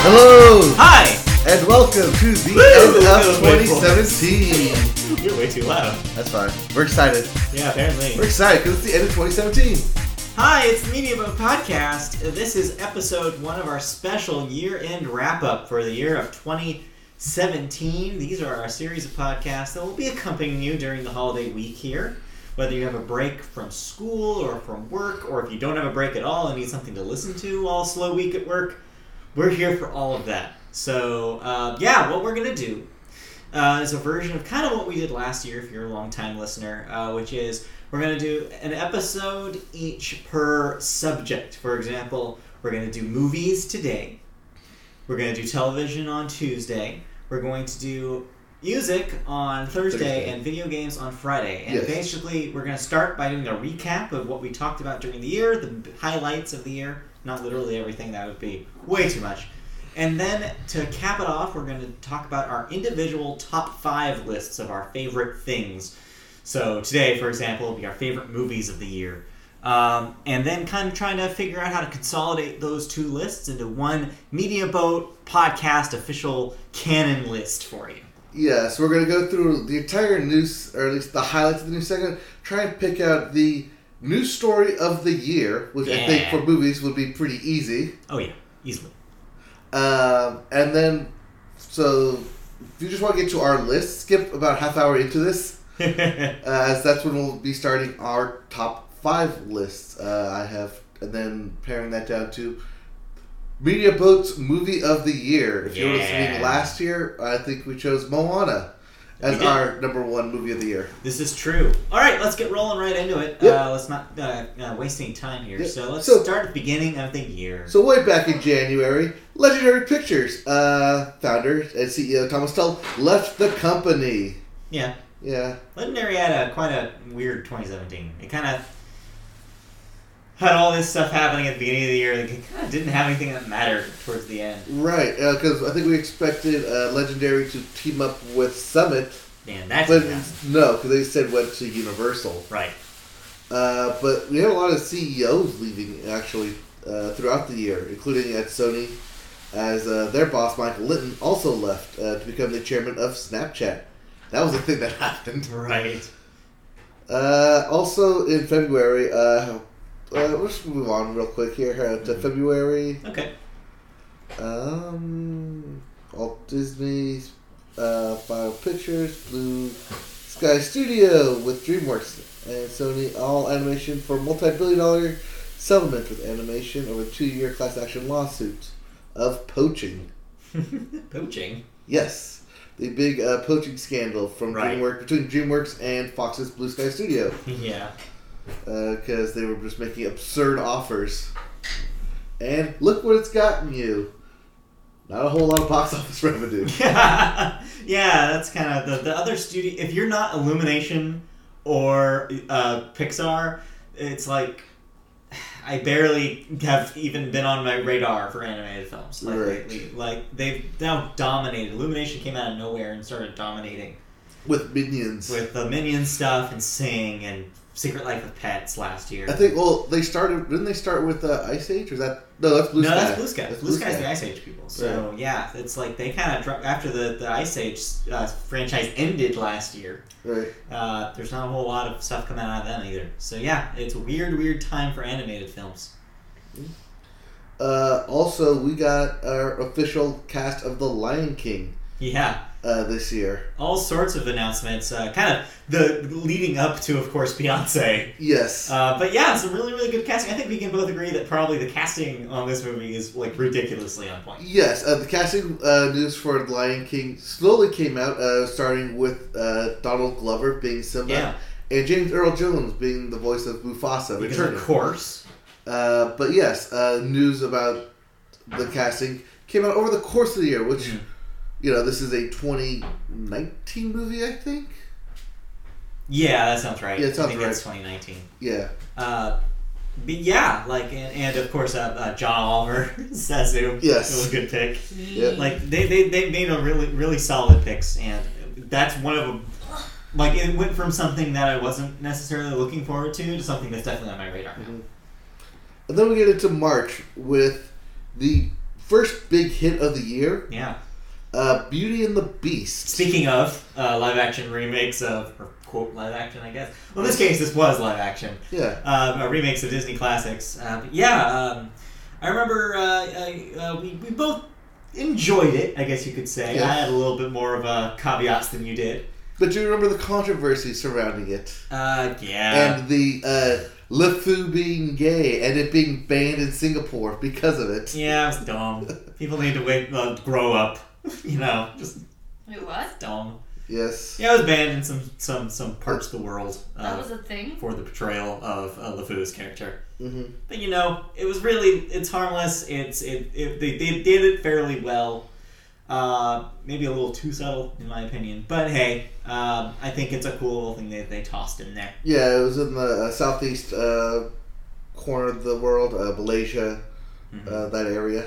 Hello Hi! and welcome to the Woo! end of Wait for it. 2017. You're way too loud. That's fine. We're excited. Yeah, We're apparently. excited because it's the end of 2017. Hi, it's the Media Boat Podcast. This is episode one of our special year end wrap up for the year of 2017. These are our series of podcasts that will be accompanying you during the holiday week here. Whether you have a break from school or from work, or if you don't have a break at all and need something to listen to all slow week at work, we're here for all of that. So, uh, yeah, what we're going to do uh, is a version of kind of what we did last year if you're a long time listener, uh, which is we're going to do an episode each per subject. For example, we're going to do movies today, we're going to do television on Tuesday, we're going to do music on Thursday, Thursday. and video games on Friday. And Yes. basically, we're going to start by doing a recap of what we talked about during the year, the b- highlights of the year, not literally everything, that would be way too much. And then to cap it off, we're going to talk about our individual top five lists of our favorite things. So today, for example, will be our favorite movies of the year. Um, and then kind of trying to figure out how to consolidate those two lists into one Media Boat podcast official canon list for you. Yeah, so we're going to go through the entire news, or at least the highlights of the news segment, try and pick out the news story of the year, which I think Yeah. for movies would be pretty easy. Oh, yeah, easily. Um, and then, so if you just want to get to our list, skip about half hour into this. uh, as that's when we'll be starting our top five lists. Uh, I have, and then paring that down to Media Boat's movie of the year. If you were listening Yeah. last year, I think we chose Moana as We did. our number one movie of the year. This is true. All right, let's get rolling right into it. Yep. Uh, let's not uh, uh, waste any time here. Yep. So let's So- start at the beginning of the year. So way back in January, Legendary Pictures uh, founder and CEO Thomas Tull left the company. yeah, Yeah, Legendary had a quite a weird 2017. It kind of had all this stuff happening at the beginning of the year. Like, it kind of didn't have anything that mattered towards the end. right. Because I think we expected uh, Legendary to team up with Summit, Man, that's but disaster. no, because they said went to Universal. right. Uh, but we had a lot of CEOs leaving actually uh, throughout the year, including at Sony, as uh, their boss Michael Linton also left uh, to become the chairman of Snapchat. That was a thing that happened. Right. Uh, also in February, uh, uh, let's move on real quick here uh, to Mhm. February. Okay. Um, Walt Disney uh, Final Pictures, Blue Sky Studio with DreamWorks, and Sony All Animation for multi-billion dollar settlement with animation over two-year class action lawsuit of poaching. Poaching. Yes, the big uh, poaching scandal from Right. DreamWorks between DreamWorks and Fox's Blue Sky Studio Yeah. because they were just making absurd offers. And look what it's gotten you. Not a whole lot of box office revenue. yeah, that's kind of the, the other studio. If you're not Illumination or uh, Pixar, it's like I barely have even been on my radar for animated films. Like, Right. lately. like they've now dominated. Illumination came out of nowhere and started dominating with minions. with the Minion stuff and Sing and Secret Life of Pets last year. I think. Well, they started. Didn't they start with uh, Ice Age? Or is that no? That's Blue no, Sky. that's Blue Sky. Blue, Sky's Sky. the Ice Age people. So yeah, it's like they kind of dropped after the the Ice Age uh, franchise ended last year. Right. Uh, there's not a whole lot of stuff coming out of them either. So yeah, it's a weird, weird time for animated films. Uh, also, we got our official cast of The Lion King Yeah, uh, this year. all sorts of announcements. Uh, kind of the leading up to, of course, Beyonce. Yes. Uh, but yeah, some really, really good casting. I think we can both agree that probably the casting on this movie is like ridiculously on point. Yes, uh, the casting uh, news for The Lion King slowly came out, uh, starting with uh, Donald Glover being Simba Yeah, and James Earl Jones being the voice of Mufasa. because returning. of course. Uh, but yes, uh, news about the casting came out over the course of the year, which, Mhm. you know, this is a 2019 movie, I think. Yeah, that sounds right. Yeah, it I sounds think right. That's 2019. Yeah. Uh, but yeah, like and, and of course uh, uh, John Oliver, Sazu. Yes. it was a good pick. Yep. Like they, they, they made a really really solid picks, and that's one of them. Like it went from something that I wasn't necessarily looking forward to to something that's definitely on my radar now. And then we get into March with the first big hit of the year, Yeah. uh, Beauty and the Beast. Speaking of uh, live action remakes of, or quote, live action, I guess. Well, in this case, this was live action. yeah, Um, uh, remakes of Disney classics. Uh, but yeah, um, I remember uh, uh, uh, we, we both enjoyed it, I guess you could say. Yeah. I had a little bit more of uh, caveats than you did. but do you remember the controversy surrounding it Uh, yeah. and the uh, LeFou being gay and it being banned in Singapore because of it? yeah, it was dumb. People need to wait, uh, grow up. You know, just Wait, what? dumb. Yes. Yeah, it was banned in some some some parts of the world That uh, was a thing? for the portrayal of uh, LeFou's character. hmm But you know, it was really it's harmless. It's it, it they, they did it fairly well. Uh, maybe a little too subtle in my opinion, but hey, um, I think it's a cool little thing they they tossed in there. Yeah, it was in the uh, southeast uh, corner of the world, uh, Malaysia, Mhm. uh, that area.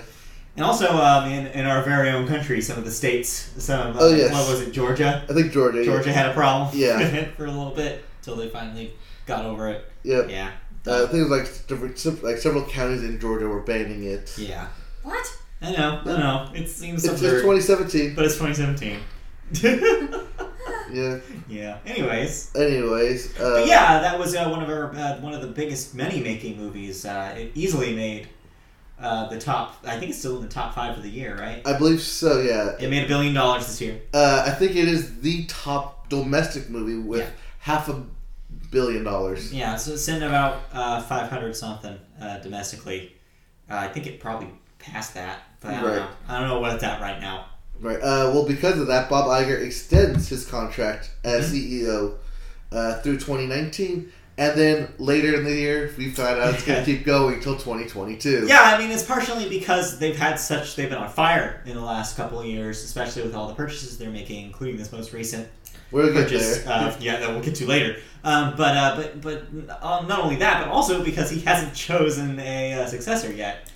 And also um, in in our very own country, some of the states, some of, uh, Oh, yes. what was it, Georgia? I think Georgia. Georgia had a problem Yeah. for a little bit until they finally got over it. Yeah. Yeah, Uh, I think it was like different, some- like several counties in Georgia were banning it. yeah. What? I know, I know. It seems It's, it's absurd, 2017. but it's 2017. Yeah. yeah. Anyways. Anyways. Uh, But yeah, that was uh, one of our uh, one of the biggest money making movies. Uh, it easily made uh, the top. I think it's still in the top five of the year, right? I believe so. Yeah. It made a billion dollars this year. Uh, I think it is the top domestic movie with Yeah. half a billion dollars. Yeah, so it's in about uh, five hundred something uh, domestically. Uh, I think it probably passed that, but I don't know. Right. I don't know what it's at right now. Right. Uh, well, because of that, Bob Iger extends his contract Hmm. as CEO uh, through 2019. And then later in the year, we found out it's going to keep going till 2022. Yeah, I mean it's partially because they've had such they've been on fire in the last couple of years, especially with all the purchases they're making, including this most recent We're good purchase. there. Uh, yeah, that we'll get to later. Um, but uh, but but uh, not only that, but also because he hasn't chosen a uh, successor yet.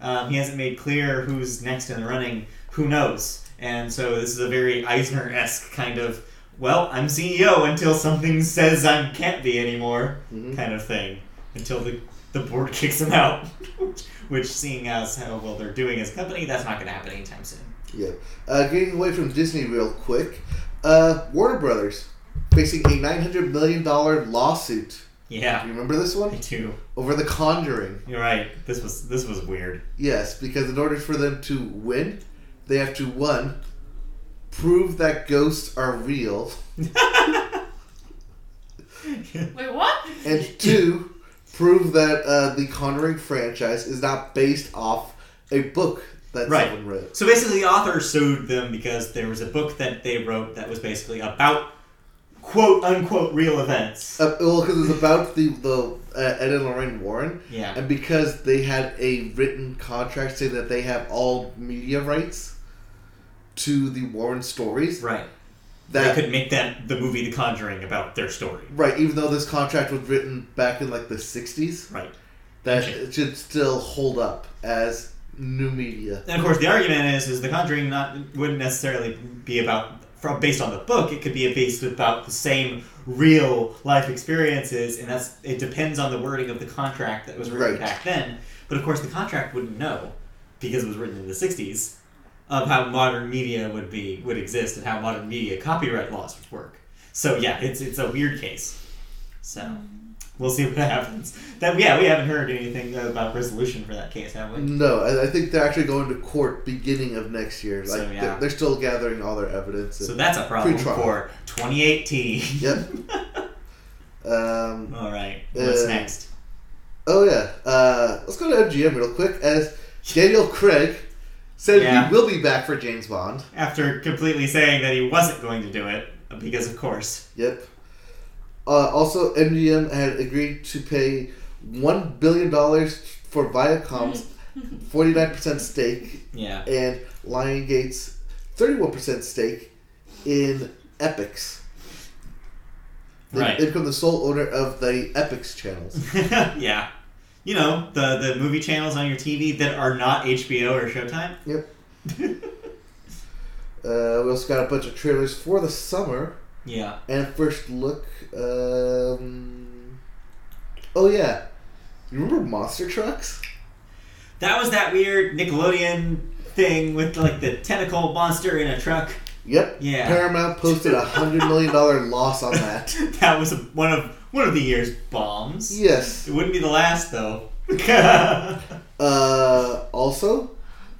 Um, he hasn't made clear who's next in the running. Who knows? And so this is a very Eisner esque kind of well, I'm CEO until something says I can't be anymore Mhm. kind of thing. Until the the board kicks him out. Which, seeing as how well they're doing as a company, that's not going to happen anytime soon. Yeah. Uh, getting away from Disney real quick. Uh, Warner Brothers facing a nine hundred million dollar lawsuit. Yeah, You remember this I one do. over The Conjuring? You're right. This was this was weird. Yes, because in order for them to win, they have to one prove that ghosts are real, Wait, what? and two prove that uh, the Conjuring franchise is not based off a book that Right. someone wrote. So basically, the author sued them because there was a book that they wrote that was basically about quote unquote real events. Uh, well, because it's about the the uh, Ed and Lorraine Warren, Yeah. And because they had a written contract saying that they have all media rights to the Warren stories, Right. that they could make that the movie The Conjuring about their story. right, even though this contract was written back in like the '60s, Right. that Okay. it should still hold up as new media. And of course, the argument is is The Conjuring not wouldn't necessarily be about from based on the book. It could be based about the same real life experiences, and that's it depends on the wording of the contract that was written Right. back then. But of course, the contract wouldn't know because it was written in the '60s of how modern media would be would exist and how modern media copyright laws would work. So yeah, it's it's a weird case. So. We'll see what happens. That yeah, we haven't heard anything uh, about resolution for that case, have we? No, I, I think they're actually going to court beginning of next year. Like So, they're- yeah. they're, still gathering all their evidence. So and- that's a problem Pre-trial. for 2018. Yep. um, All right. What's Uh, next? oh yeah, uh, let's go to MGM real quick. As Daniel Craig said, Yeah. he will be back for James Bond. After completely saying that he wasn't going to do it, because of course. Yep. Uh, also, MGM had agreed to pay one billion dollars for Viacom's forty-nine percent stake Yeah. and Lion Gate's thirty-one percent stake in Epics. They, Right. they become the sole owner of the Epics channels. yeah. You know the the movie channels on your TV that are not HBO or Showtime. Yep. Uh, we also got a bunch of trailers for the summer yeah. and first look. Um, oh yeah, you remember monster trucks? That was that weird Nickelodeon thing with like the tentacle monster in a truck. Yep. Yeah. Paramount posted a hundred million dollar loss on that. that was one of one of the year's bombs. Yes. It wouldn't be the last though. Speaking Uh, also,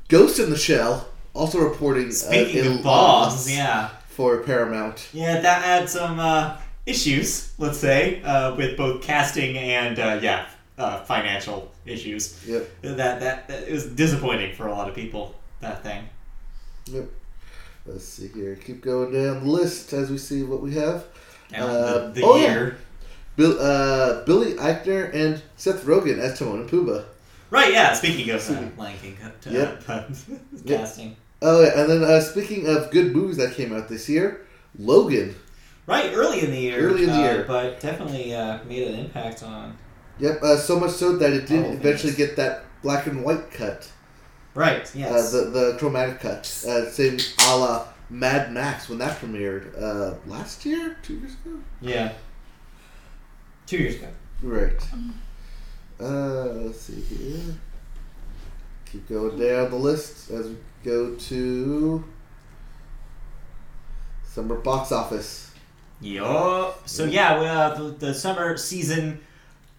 Ghost in the Shell also reporting uh, a of loss bombs, yeah, for Paramount. yeah, that had some uh, issues. Let's say uh, with both casting and uh, yeah, uh, financial issues. Yep. That, that that it was disappointing for a lot of people. That thing. Let's see here. Keep going down the list as we see what we have. And Uh, the, the oh, yeah. year. Bill, uh, Billy Eichner and Seth Rogen as Timon and Pumbaa. Right, yeah, speaking of uh, Lion King uh, Yep. uh, Yep. casting. Oh, yeah, and then uh, speaking of good movies that came out this year, Logan. Right, early in the year. Early in the uh, year. But definitely uh, made an impact on. Yep, uh, so much so that it did Oh, eventually yes. get that black and white cut, Right, yes. uh, the, the chromatic cut, uh, same a la Mad Max when that premiered uh, last year, two years ago? yeah. Two years ago. Right. Uh, let's see here. Keep going down the list as we go to summer box office. Yup. So, yeah, we, uh, the, the summer season.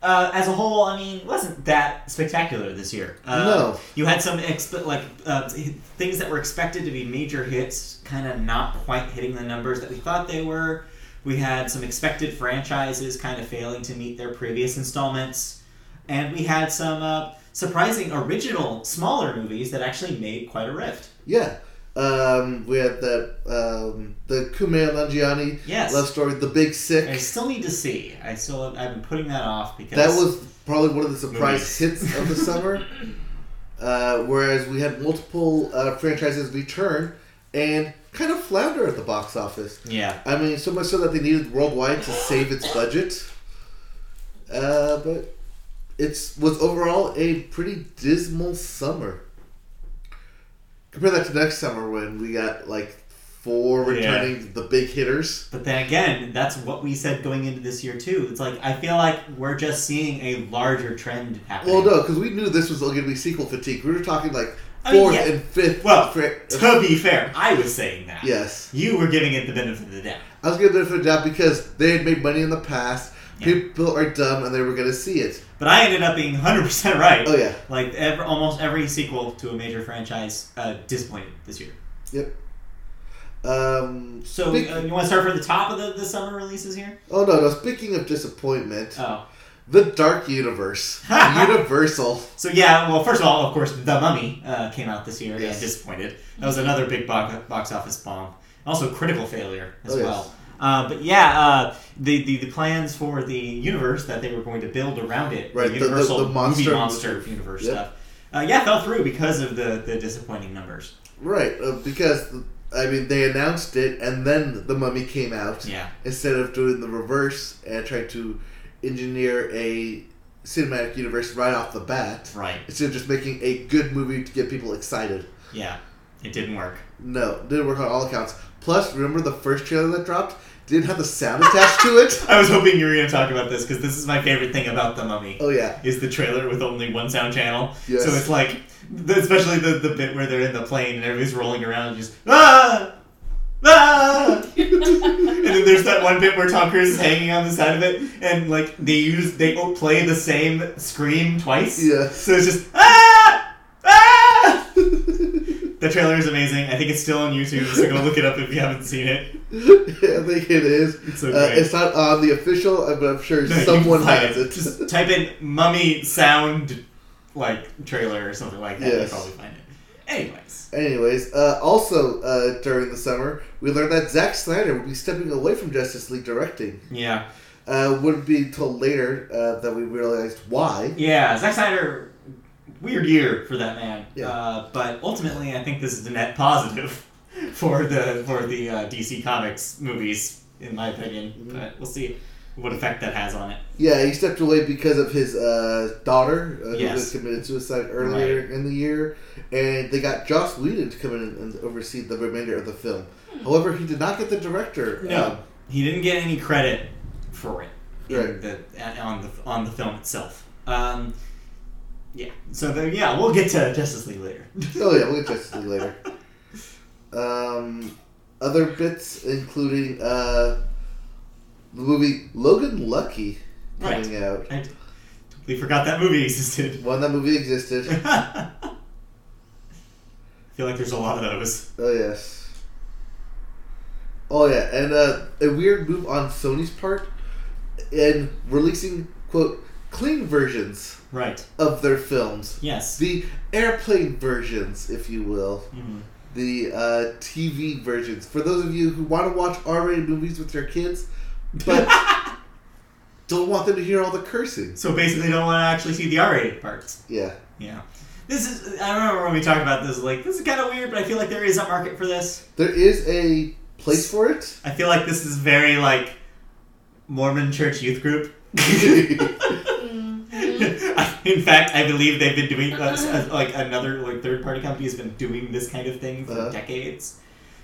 Uh, as a whole, I mean, wasn't that spectacular this year? Uh, No. you had some exp- like uh, things that were expected to be major hits, kind of not quite hitting the numbers that we thought they were. We had some expected franchises kind of failing to meet their previous installments, and we had some uh, surprising original smaller movies that actually made quite a rift. Yeah. Um, we had that um, the Kumail Nanjiani Yes, love story, The Big Sick. I still need to see. I still I've been putting that off because That was probably one of the surprise Movies. hits of the summer. Uh, whereas we had multiple uh, franchises return and kind of flounder at the box office. yeah I mean, so much so that they needed worldwide to save its budget. Uh, but it's was overall a pretty dismal summer. Compare that to next summer when we got like four Yeah. returning the big hitters. But then again, that's what we said going into this year too. It's like I feel like we're just seeing a larger trend happening. Well, no, because we knew this was going to be sequel fatigue. We were talking like I mean, fourth yeah. and fifth. Well, fra- To be fair, I was saying that. yes, You were giving it the benefit of the doubt. I was going to benefit that because they had made money in the past. Yeah. People are dumb, and they were going to see it. But I ended up being 100% right. Oh yeah, Like ever, almost every sequel to a major franchise uh, disappointed this year. um, So Speak- uh, you want to start from the top of the, the summer releases here? Oh no, no. Speaking of disappointment, Oh. the Dark Universe, Universal. So yeah, well, first of all, of course, The Mummy uh, came out this year. Yes. Yeah, disappointed. That was another big box, box office bomb. Also, critical failure as Oh, yes. well. Uh, but yeah, uh, the, the the plans for the universe that they were going to build around it, Right, the- the the- Universal the monster- movie monster universe Yep. stuff, uh, yeah, fell through because of the, the disappointing numbers. Right, uh, because I mean they announced it, and then the Mummy came out Yeah, instead of doing the reverse and trying to engineer a cinematic universe right off the bat. right. Instead of just making a good movie to get people excited. Yeah, it didn't work. No, didn't work on all accounts. Plus, remember the first trailer that dropped didn't have the sound attached to it. I was hoping you were going to talk about this because this is my favorite thing about The Mummy. Oh yeah, Is the trailer with only one sound channel? yes. So it's like, the, especially the, the bit where they're in the plane and everybody's rolling around and just, ah! Ah! and then there's that one bit where Tom Cruise is hanging on the side of it, and like they use they o- play the same scream twice. yes. So it's just ah, ah. The trailer is amazing. I think it's still on YouTube, so go look it up if you haven't seen it. I think it is. It's so Uh, great. it's not on the official, uh, but I'm sure No, you can someone find has it. Just type in "mummy sound like trailer" or something like that. Yes. You'll probably find it. Anyways, Anyways, uh, also uh, during the summer, we learned that Zack Snyder would be stepping away from Justice League directing. yeah. Uh, wouldn't be until later uh, that we realized why. Yeah, Zack Snyder, weird year for that man. Yeah. Uh, but ultimately, I think this is a net positive for the for the uh, DC Comics movies, in my opinion. Mhm. But we'll see what effect that has on it. Yeah, he stepped away because of his uh, daughter uh, who Yes. was committed suicide earlier in the year, and they got Joss Whedon to come in and oversee the remainder of the film. However, he did not get the director. um, No, he didn't get any credit for it in Right. the, on the on the film itself. Um, Yeah. So there, yeah, we'll get to Justice League later. Oh yeah, we'll get Justice League later. Um, other bits including uh, the movie Logan Lucky coming out. I totally forgot that movie existed. When that movie existed. I feel like there's a lot of those. Oh yes. Oh yeah, and uh, a weird move on Sony's part in releasing quote clean versions Right. of their films, Yes. the airplane versions, if you will. Mhm. the uh, TV versions. For those of you who want to watch R-rated movies with your kids, but don't want them to hear all the cursing. So basically, don't want to actually see the R-rated parts. Yeah, Yeah. This is. I remember when we talked about this. Like, this is kind of weird, but I feel like there is a market for this. there is a place for it. I feel like this is very like Mormon church youth group. Oh. Mhm. In fact, I believe they've been doing uh, s- uh, like another like third party company has been doing this kind of thing for Uh-huh. decades.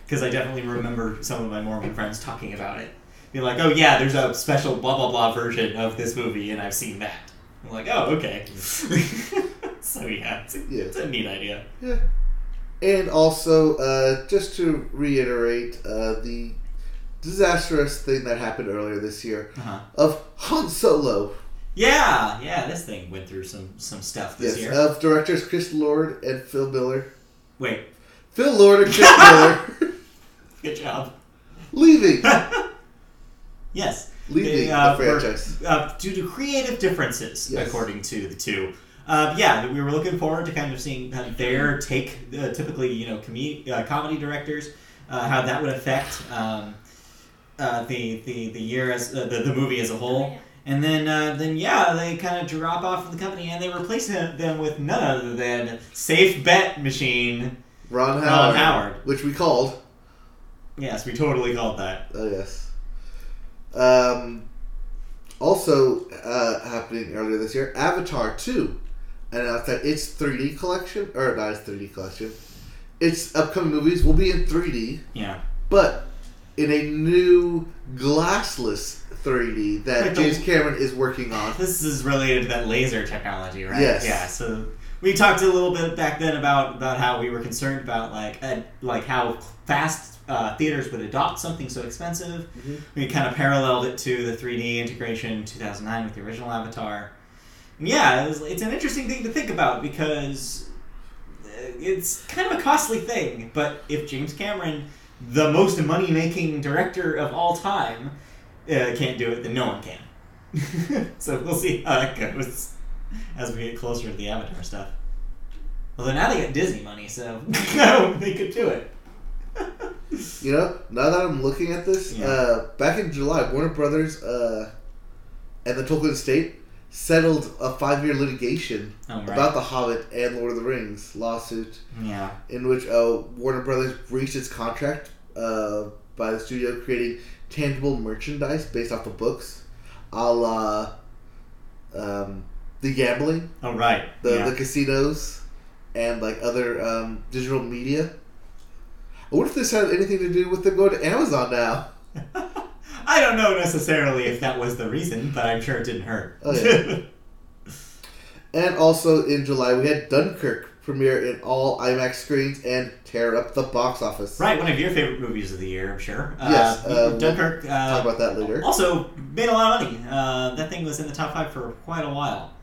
Because I definitely remember some of my Mormon friends talking about it, being like, "Oh yeah, there's a special blah blah blah version of this movie, and I've seen that." I'm like, "Oh okay." so yeah, it's a, Yeah. it's a neat idea. yeah. And also, uh, just to reiterate, uh, the disastrous thing that happened earlier this year Uh-huh. of Han Solo. Yeah, yeah, this thing went through some some stuff this Yes, Uh, year. of directors Chris Lord and Phil Miller. Wait, Phil Lord and Chris Miller good job. leaving, yes. leaving They, uh, the were- franchise. uh, due to creative differences, Yes. according to the two. Uh, yeah, we were looking forward to kind of seeing uh, their take. Uh, typically, you know, com- uh, comedy directors, uh, how that would affect um, uh, the, the the year as uh, the, the movie as a Oh, whole. And then uh, then yeah, they kind of drop off from the company, and they replace them them with none other than Safe Bet Machine Ron Ron Howard, Howard. which we called. Yes, we totally called that. Oh yes. Um, also uh, happening earlier this year, Avatar Two announced that its 3D collection, or not its 3D collection, its upcoming movies will be in 3D, Yeah. but in a new glassless 3D that Like the- James Cameron is working on. This is related to that laser technology, right? Yes. Yeah. So we talked a little bit back then about about how we were concerned about like uh, like how fast uh, theaters would adopt something so expensive. Mhm. We kind of paralleled it to the 3D integration in 2009 with the original Avatar. And yeah, it was, it's an interesting thing to think about because uh, it's kind of a costly thing. But if James Cameron, the most money making director of all time, uh, can't do it, then no one can. so we'll see how that goes as we get closer to the Avatar stuff. Although now they got Disney money, so they could do it. You know, now that I'm looking at this, Yeah. uh, back in July, Warner Brothers uh, and the Tolkien Estate settled a five-year litigation Oh, right. about the Hobbit and Lord of the Rings lawsuit, yeah. in which uh, Warner Brothers breached its contract uh, by the studio creating tangible merchandise based off the books, a la um, the gambling, Oh, right. the, yeah. the casinos, and like other um, digital media. I wonder if this had anything to do with them going to Amazon now. I don't know necessarily if that was the reason, but I'm sure it didn't hurt. Oh, yeah. And also in July, we had Dunkirk premiere in all IMAX screens and tear up the box office. right, one of your favorite movies of the year, I'm sure. Yes, uh, uh, we'll Dunkirk. Talk Uh, about that later. also made a lot of money. Uh, that thing was in the top five for quite a while.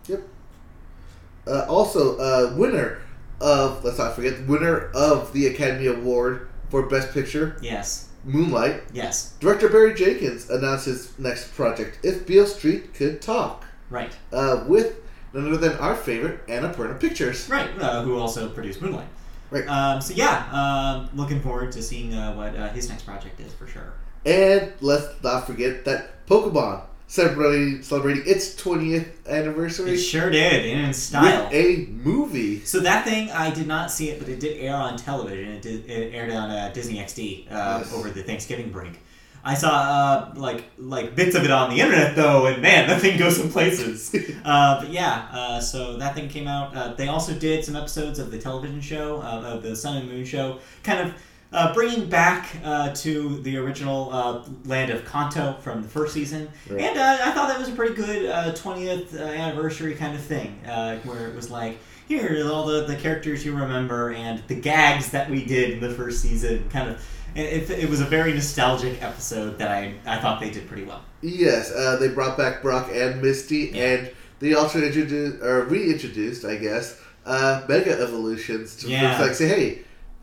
Uh, also, uh, winner of let's not forget winner of the Academy Award for Best Picture, Yes, Moonlight. yes, Director Barry Jenkins announced his next project, If Beale Street Could Talk, right, uh, with none other than our favorite Annapurna Pictures. right. Uh, who also produced Moonlight. Right. Um, so yeah, um, looking forward to seeing uh, what uh, his next project is for sure. And let's not forget that Pokemon celebrating celebrating its twentieth It anniversary sure did, and in style. with a movie. So that thing, I did not see it, but it did air on television. It did it aired on uh, Disney XD uh, Yes. over the Thanksgiving break. I saw uh, like like bits of it on the internet though, and man, that thing goes some places. uh, but yeah, uh, so that thing came out. Uh, they also did some episodes of the television show uh, of the Sun and Moon show, kind of Uh, bringing back uh, to the original uh, land of Kanto from the first season, Right. and uh, I thought that was a pretty good twentieth uh, anniversary kind of thing, uh, where it was like, here are all the, the characters you remember and the gags that we did in the first season, kind of. and It, it was a very nostalgic episode that I, I thought they did pretty well. Yes, uh, they brought back Brock and Misty, Yeah. and they also introduced or reintroduced, I guess, uh, Mega Evolutions to Yeah. reflect, say, hey,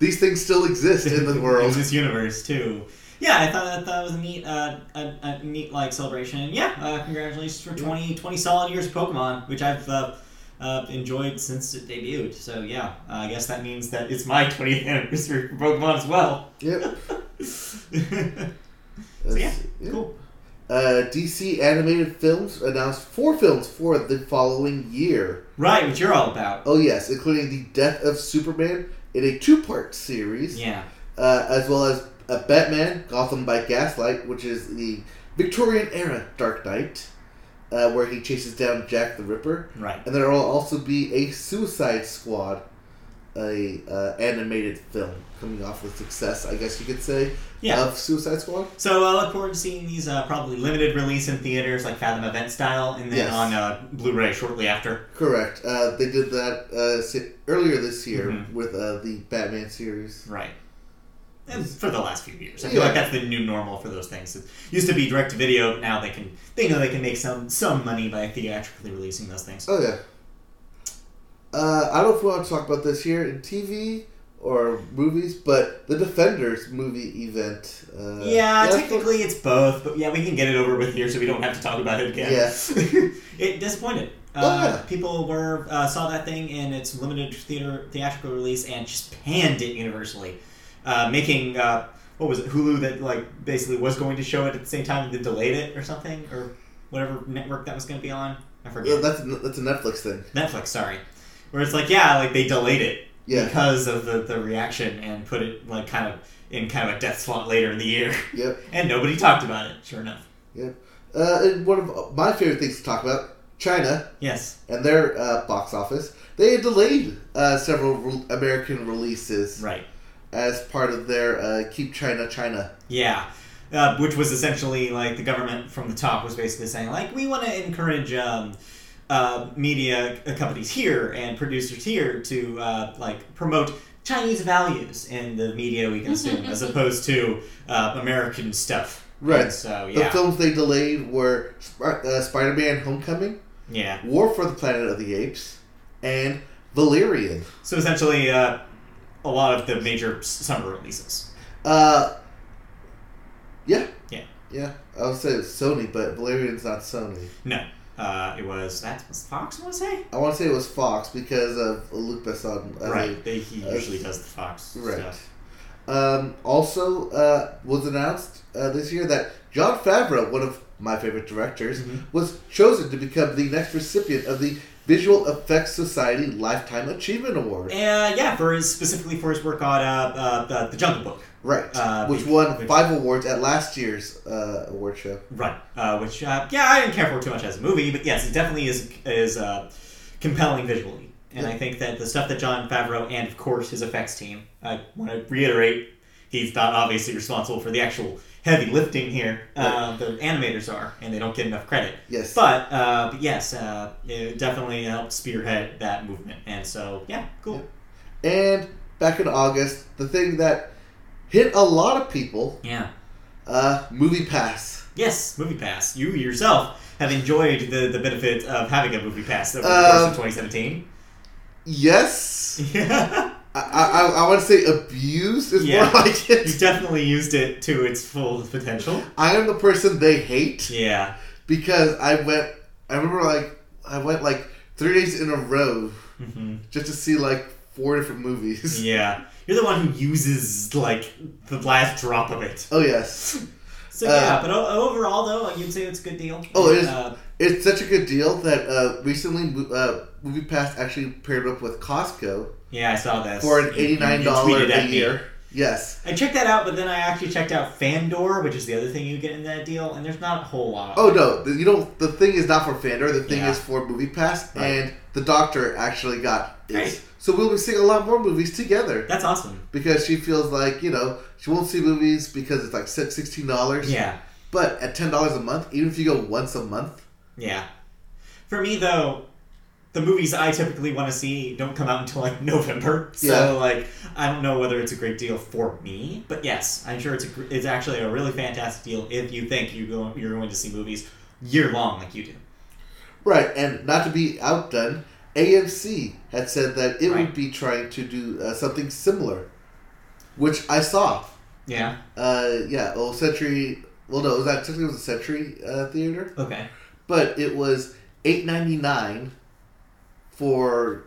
these things still exist in the in world. this universe too. Yeah, I thought I thought it was a neat, uh, a, a neat like celebration. And yeah, uh, congratulations for 20, 20 solid years of Pokemon, which I've uh, uh, enjoyed since it debuted. So yeah, uh, I guess that means that it's my twentieth anniversary for Pokemon as well. yep. So, yeah, That's- cool. Uh, DC Animated Films announced four films for the following year. Right, what you're all about. Oh yes, including the death of Superman in a two-part series, Yeah. uh, as well as a Batman: Gotham by Gaslight, which is the Victorian era Dark Knight, uh, where he chases down Jack the Ripper. Right. And there will also be a Suicide Squad, a uh, animated film coming off with success, I guess you could say, Yeah. of Suicide Squad. So I look forward to seeing these uh, probably limited release in theaters like Fathom Event style, and then Yes. on uh, Blu-ray shortly after. Correct. Uh, they did that uh, si- earlier this year Mhm. with uh, the Batman series. Right. And for the last few years, I feel like Yeah. that's the new normal for those things. It used to be direct to video. but Now they can they know they can make some some money by theatrically releasing those things. Oh yeah. Uh, I don't know if we want to talk about this here in TV or movies, but the Defenders movie event. Uh, yeah, that's technically it's both, but yeah, we can get it over with here, so we don't have to talk about it again. Yes. it disappointed. Uh, Oh, yeah. People were uh, saw that thing in its limited theater theatrical release and just panned it universally, uh, making uh, what was it Hulu that like basically was going to show it at the same time and then delayed it or something or whatever network that was going to be on. I what- forget. yeah, that's a, that's a Netflix thing. Netflix, sorry. Where it's like, yeah, like they delayed it Yeah. because of the, the reaction and put it like kind of in kind of a death slot later in the year. Yep. and nobody talked about it, sure enough. Uh, and one of my favorite things to talk about, China. Yes. and their uh, box office, they had delayed uh, several re- American releases Right. as part of their uh, Keep China China. Yeah. Uh, which was essentially like the government from the top was basically saying, like, we want to encourage um, uh, media companies here and producers here to uh, like promote Chinese values in the media we consume as opposed to uh, American stuff. Right. And so, yeah. The films they delayed were Sp- uh, Spider Man Homecoming, yeah. War for the Planet of the Apes, and Valerian. So essentially, uh, a lot of the major s- summer releases. Uh, yeah. Yeah. Yeah. I would say it was Sony, but Valerian's not Sony. Uh, it was that was Fox. I want to say I want to say it was Fox because of Luke Besson. as a- right. They, he uh, usually does the Fox Right. stuff. Um, also, uh, was announced uh, this year that John Favreau, one of my favorite directors, Mhm. was chosen to become the next recipient of the Visual Effects Society Lifetime Achievement Award. Uh, yeah, for his specifically for his work on uh, uh, the, the Jungle Book. right. Uh, which be- won which- five awards at last year's uh, award show. Right. Uh, which uh, yeah, I didn't care for too much as a movie, but yes, it definitely is is uh, compelling visually. And Yeah. I think that the stuff that John Favreau and of course his effects team. I want to reiterate, he's not obviously responsible for the actual heavy lifting here. Uh, the animators are, and they don't get enough credit. Yes. But, uh, but yes, uh, it definitely helped spearhead that movement. And so, yeah, cool. and back in August, the thing that hit a lot of people Yeah. uh, Movie Pass. Yes, Movie Pass. You yourself have enjoyed the, the benefit of having a Movie Pass over Um, the course of 2017. Yes. Yeah. I, I, I want to say abuse is Yeah. more like you it. definitely used it to its full potential. I am the person they hate. Yeah. because I went. I remember like I went like three days in a row hmm just to see like four different movies. Yeah. You're the one who uses, like, the last drop of it. Oh yes, So, Uh, yeah, but o- overall, though, you'd say it's a good deal. Oh, it is. Uh, it's such a good deal that uh, recently Mo- uh, MoviePass actually paired up with Costco yeah, I saw this. for an You- you- you eighty nine dollar tweeted at a me. year. Yes. I checked that out, but then I actually checked out Fandor, which is the other thing you get in that deal, and there's not a whole lot. Oh no, the, you don't. The thing is not for Fandor. The thing Yeah. is for MoviePass, Right. and the doctor actually got it. Right. So we'll be seeing a lot more movies together That's awesome. because she feels like you know she won't see movies because it's like six- sixteen dollars. Yeah, But at ten dollars a month, even if you go once a month, yeah. For me though, the movies I typically want to see don't come out until like November, so Yeah. like I don't know whether it's a great deal for me. But yes, I'm sure it's a, gr- it's actually a really fantastic deal if you think you go, you're going to see movies year long like you do. right? And not to be outdone, AMC had said that it Right. would be trying to do uh, something similar, which I saw. Yeah. Uh, yeah, old Century. Well, no, it was not technically it was a Century uh, theater, Okay. but it was eight ninety nine for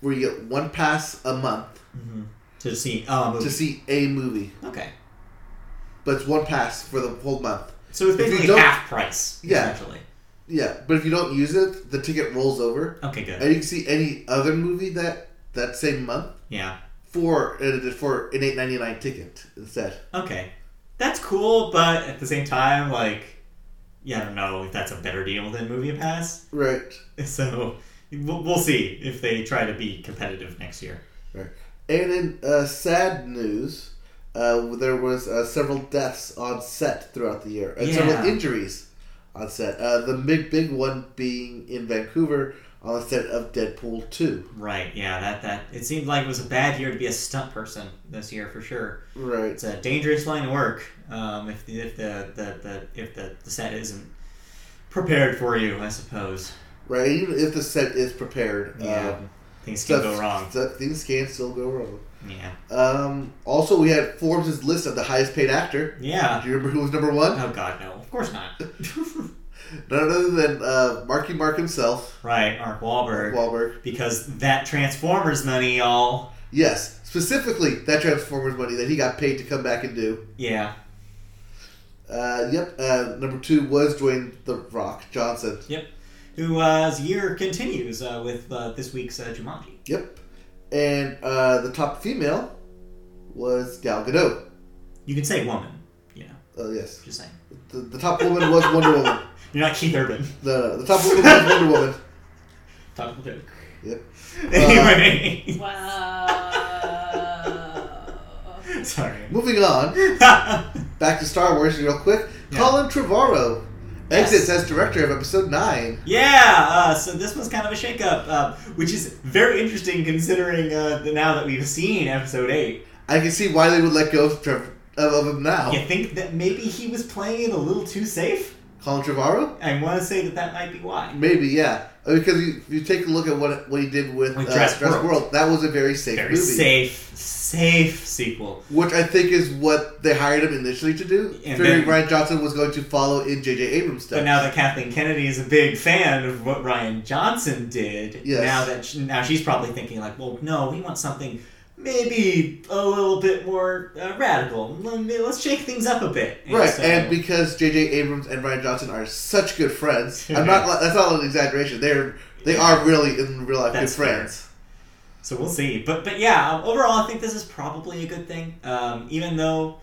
where you get one pass a month Mm-hmm. To see uh, to movies. see a movie, okay. but it's one pass for the whole month. So it's If you basically don't- half price. Yeah. Essentially. Yeah, but if you don't use it, the ticket rolls over, Okay. Good. and you can see any other movie that that same month Yeah. for uh, for an eight ninety nine ticket instead. Okay. That's cool, but at the same time, like, yeah, I don't know if that's a better deal than Movie Pass. Right. So we'll, we'll see if they try to be competitive next year. And in uh, sad news, uh, there was uh, several deaths on set throughout the year, and Yeah. several injuries on set. Uh, the big, big one being in Vancouver on the set of Deadpool Two. Right? Yeah. That that it seemed like it was a bad year to be a stunt person this year for sure. Right. It's a dangerous line of work. Um, if the if the, the, the if the, the set isn't prepared for you, I suppose. Right. Even if the set is prepared, Yeah. um, Things can stuff- go wrong. stuff- things can still go wrong. Yeah. Um, also, we had Forbes' list of the highest paid actor. Yeah. Do you remember who was number one? Oh God, no. Of course not. None other than uh, Marky Mark himself, right, Mark Wahlberg. Wahlberg. because that Transformers money, y'all. Yes, specifically that Transformers money that he got paid to come back and do. Yeah. Uh, yep, uh, number two was Dwayne The Rock Johnson. Who uh, his year continues uh, with uh, this week's uh, Jumanji. Yep. And uh, the top female was Gal Gadot. You can say woman, you know, Oh, yes. just saying. The, the top woman was Wonder Woman. You're not Keith Urban. No, no, the top woman was Wonder Woman. Topical joke. Yep. Anyway. Wow. Sorry. Moving on, back to Star Wars real quick. Yeah. Colin Trevorrow exits Yes. as director of episode 9. yeah, uh, so this was kind of a shakeup, uh, which is very interesting considering uh, the, now that we've seen episode 8. I can see why they would let go of, Trev- of him now. You think that maybe he was playing it a little too safe? Colin Trevorrow? I want to say that that might be why. Maybe, yeah. Uh, Because you, if you take a look at what what he did with With uh, Jurassic Jurassic World. World. that was a very safe Very movie, safe, safe sequel. which I think is what they hired him initially to do, And figuring then- Ryan Johnson was going to follow in J.J. Abrams stuff. But now that Kathleen Kennedy is a big fan of what Ryan Johnson did, Yes. now that she, now she's probably thinking like, well, no, we want something maybe a little bit more uh, radical. Let me- Let's shake things up a bit. right, so- and because J.J. Abrams and Ryan Johnson are such good friends, I'm not li- that's not an exaggeration. They're they are really in real life That's good friends. so we'll see. But but yeah, um, overall, I think this is probably a good thing. Um, even though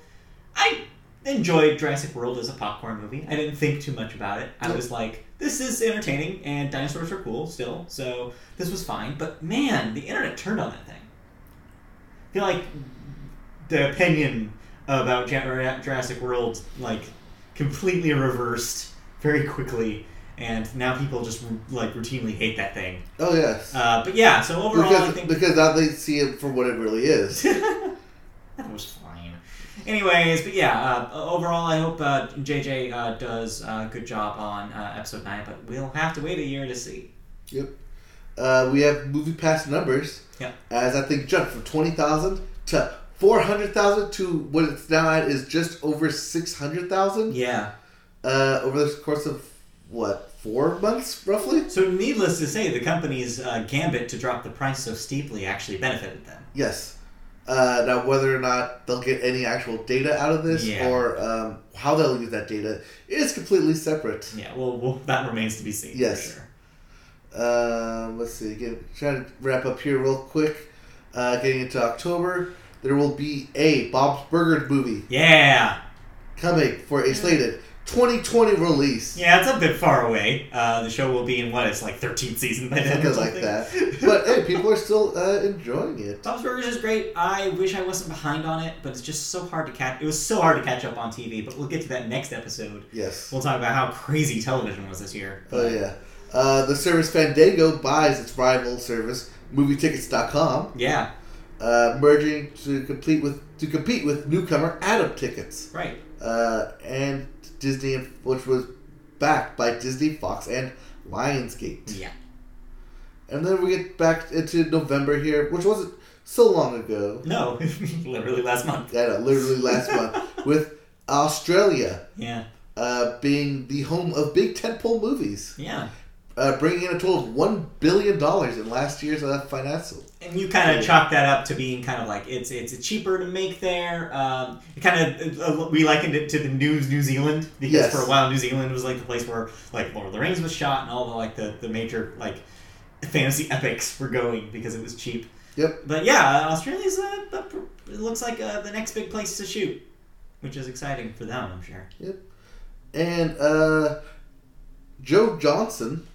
I enjoyed Jurassic World as a popcorn movie, I didn't think too much about it. I Yep. was like, this is entertaining, and dinosaurs are cool still, so this was fine. But man, the internet turned on that thing. I feel like the opinion about Ju- Jurassic World like completely reversed very quickly. And now people just like routinely hate that thing. Oh yes, Uh, but yeah, so overall, I because think because now they see it for what it really is. that was fine. Anyways, but yeah, uh, overall, I hope uh, JJ uh, does a uh, good job on uh, episode 9, but we'll have to wait a year to see. Uh, we have movie pass numbers. Yeah. As I think jumped from twenty thousand to four hundred thousand to what it's now at is just over six hundred thousand. Yeah. Uh, over the course of what four months roughly? So, needless to say, the company's uh, gambit to drop the price so steeply actually benefited them. Yes. Uh, now whether or not they'll get any actual data out of this Yeah. or um, how they'll use that data is completely separate. Yeah, well, well that remains to be seen. Yes. For sure. Um, let's see. Again, trying to wrap up here real quick. Uh, getting into October, there will be a Bob's Burgers movie Yeah. coming for a slated 2020 release. Yeah, it's a bit far away. Uh, the show will be in what? It's like 13th season by then. or Something like something. that. But hey, people are still uh, enjoying it. Bob's Burgers is great. I wish I wasn't behind on it, but it's just so hard to catch. It was so hard to catch up on TV. But we'll get to that next episode. Yes. We'll talk about how crazy television was this year. Oh yeah. Uh, the service Fandango buys its rival service, MovieTickets.com, Yeah, uh, merging to complete with to compete with newcomer Adam Tickets, right. uh, and Disney, which was backed by Disney, Fox, and Lionsgate. Yeah. And then we get back into November here, which wasn't so long ago. No, literally last month. Yeah, no, literally last month with Australia Yeah, uh, being the home of big tentpole movies, yeah. uh, bringing in a total of one billion dollars in last year's uh, financial. And you kind of chalk that up to being kind of like it's it's cheaper to make there. Um, kind of uh, we likened it to the news New Zealand because Yes. for a while New Zealand was like the place where like Lord of the Rings was shot and all the like the, the major like fantasy epics were going because it was cheap. Yep. But yeah, Australia's uh, the- it looks like uh, the next big place to shoot, which is exciting for them, I'm sure. And uh, Joe Johnson,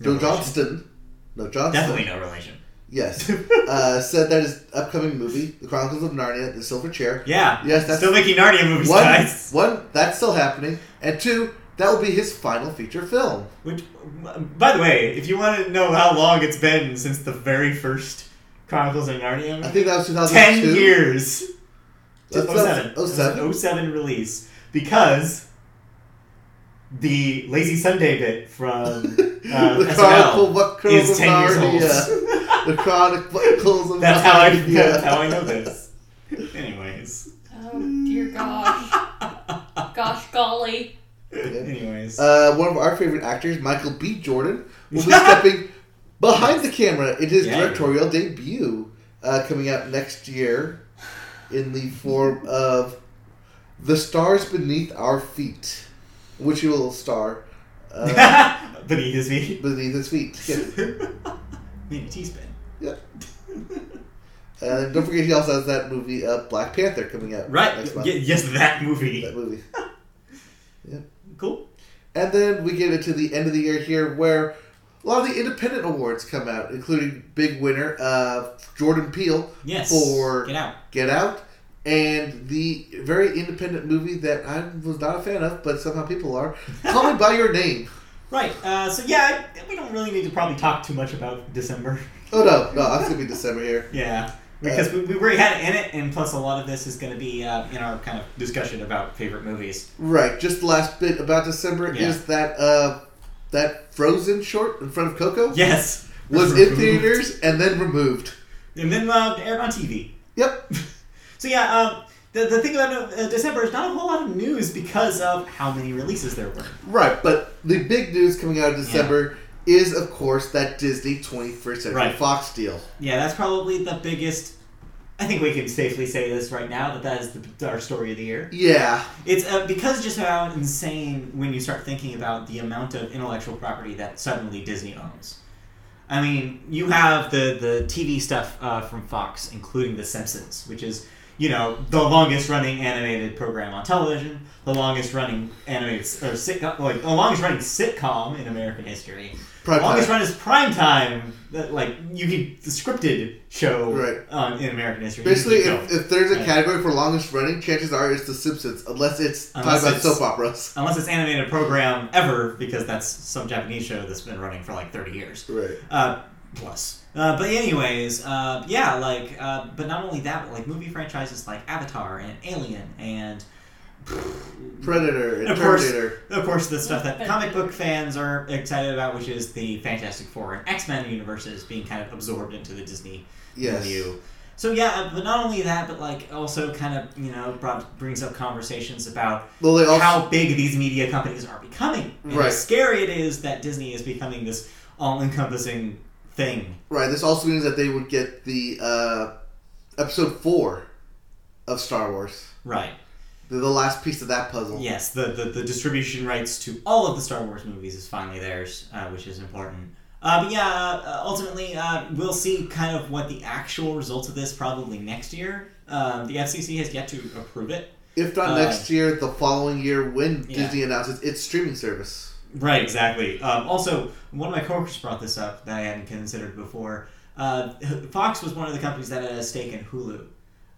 No Joe relation. Johnston, no Johnston, Definitely no relation. yes, uh, said that his upcoming movie, The Chronicles of Narnia: The Silver Chair. yeah. Yes, that's Still making Narnia movies, one. guys. One that's still happening, and two that will be his final feature film. Which, by the way, if you want to know how long it's been since the very first Chronicles of Narnia, I think that was 2002. ten years. That sounds- 07? 07. 07 release because the Lazy Sunday bit from uh, the SNL Chronicles is of ten years old. Narnia. The Chronicles of That's how I Narnia. that's how I know this. Anyways. Oh dear gosh. Gosh golly. Anyways. Uh, one of our favorite actors, Michael B. Jordan, will be stepping behind the camera in his Yeah. directorial debut, uh, coming out next year in the form of The Stars Beneath Our Feet, which he will star uh, Beneath his feet. beneath his feet. Yeah. Maybe T-spin. Yeah. And don't forget, he also has that movie, uh, Black Panther, coming out Right. next month. Y- yes, that movie. That movie. Cool. And then we get into the end of the year here where a lot of the independent awards come out, including big winner uh, Jordan Peele, Yes. For- Get out. Get Out, and the very independent movie that I was not a fan of, but somehow people are, Call Me By Your Name. Right. Uh, so yeah, I- we don't really need to probably talk too much about December. Oh no, no, I'm skipping December here. Yeah. Because we, we already had it in it, and plus a lot of this is going to be uh, in our kind of discussion about favorite movies. Right, just the last bit about December Yeah. is that uh, that Frozen short in front of Coco Yes. was in theaters and then removed. And then uh, aired on TV. Yep. So yeah, um, the, the thing about uh, December is not a whole lot of news because of how many releases there were. Right, but the big news coming out of December is, of course, that Disney 21st Century Right. Fox deal. Yeah, that's probably the biggest. I think we can safely say this right now that that is the, our story of the year. Yeah, It's uh, because just how insane when you start thinking about the amount of intellectual property that suddenly Disney owns. I mean, you have the the TV stuff uh, from Fox, including The Simpsons, which is you know the longest running animated program on television, the longest running animated or sitcom, like the longest running sitcom in American history. Prime the longest time. run is prime time. That, like you could the scripted show Right. um, in American history. You Basically, could go. if, if there's a Yeah. category for longest running, chances are it's The Simpsons, unless it's Unless talking about it's- soap operas. unless it's animated program ever because that's some japanese show that's been running for like 30 years Right. uh, plus uh, but anyways uh, yeah like uh, but not only that but like movie franchises like avatar and alien and Predator and, Of course. Terminator. of course the stuff that comic book fans are excited about which is the fantastic four and x-men universes being kind of absorbed into the disney Yes. milieu so yeah uh, but not only that but like also kind of you know brought, brings up conversations about Well, they also, how big these media companies are becoming. And how Right. scary it is that Disney is becoming this all encompassing thing. right. This also means that they would get the uh, episode four of Star Wars, Right. the, the last piece of that puzzle. Yes, the, the, the distribution rights to all of the Star Wars movies is finally theirs, uh, which is important. Uh, but yeah, uh, ultimately, uh, we'll see kind of what the actual results of this probably next year. Um, the FCC has yet to approve it. if not Uh, next year, the following year when Yeah. Disney announces its streaming service. Right, exactly. Um, also, one of my coworkers brought this up that I hadn't considered before. Uh, Fox was one of the companies that had a stake in Hulu.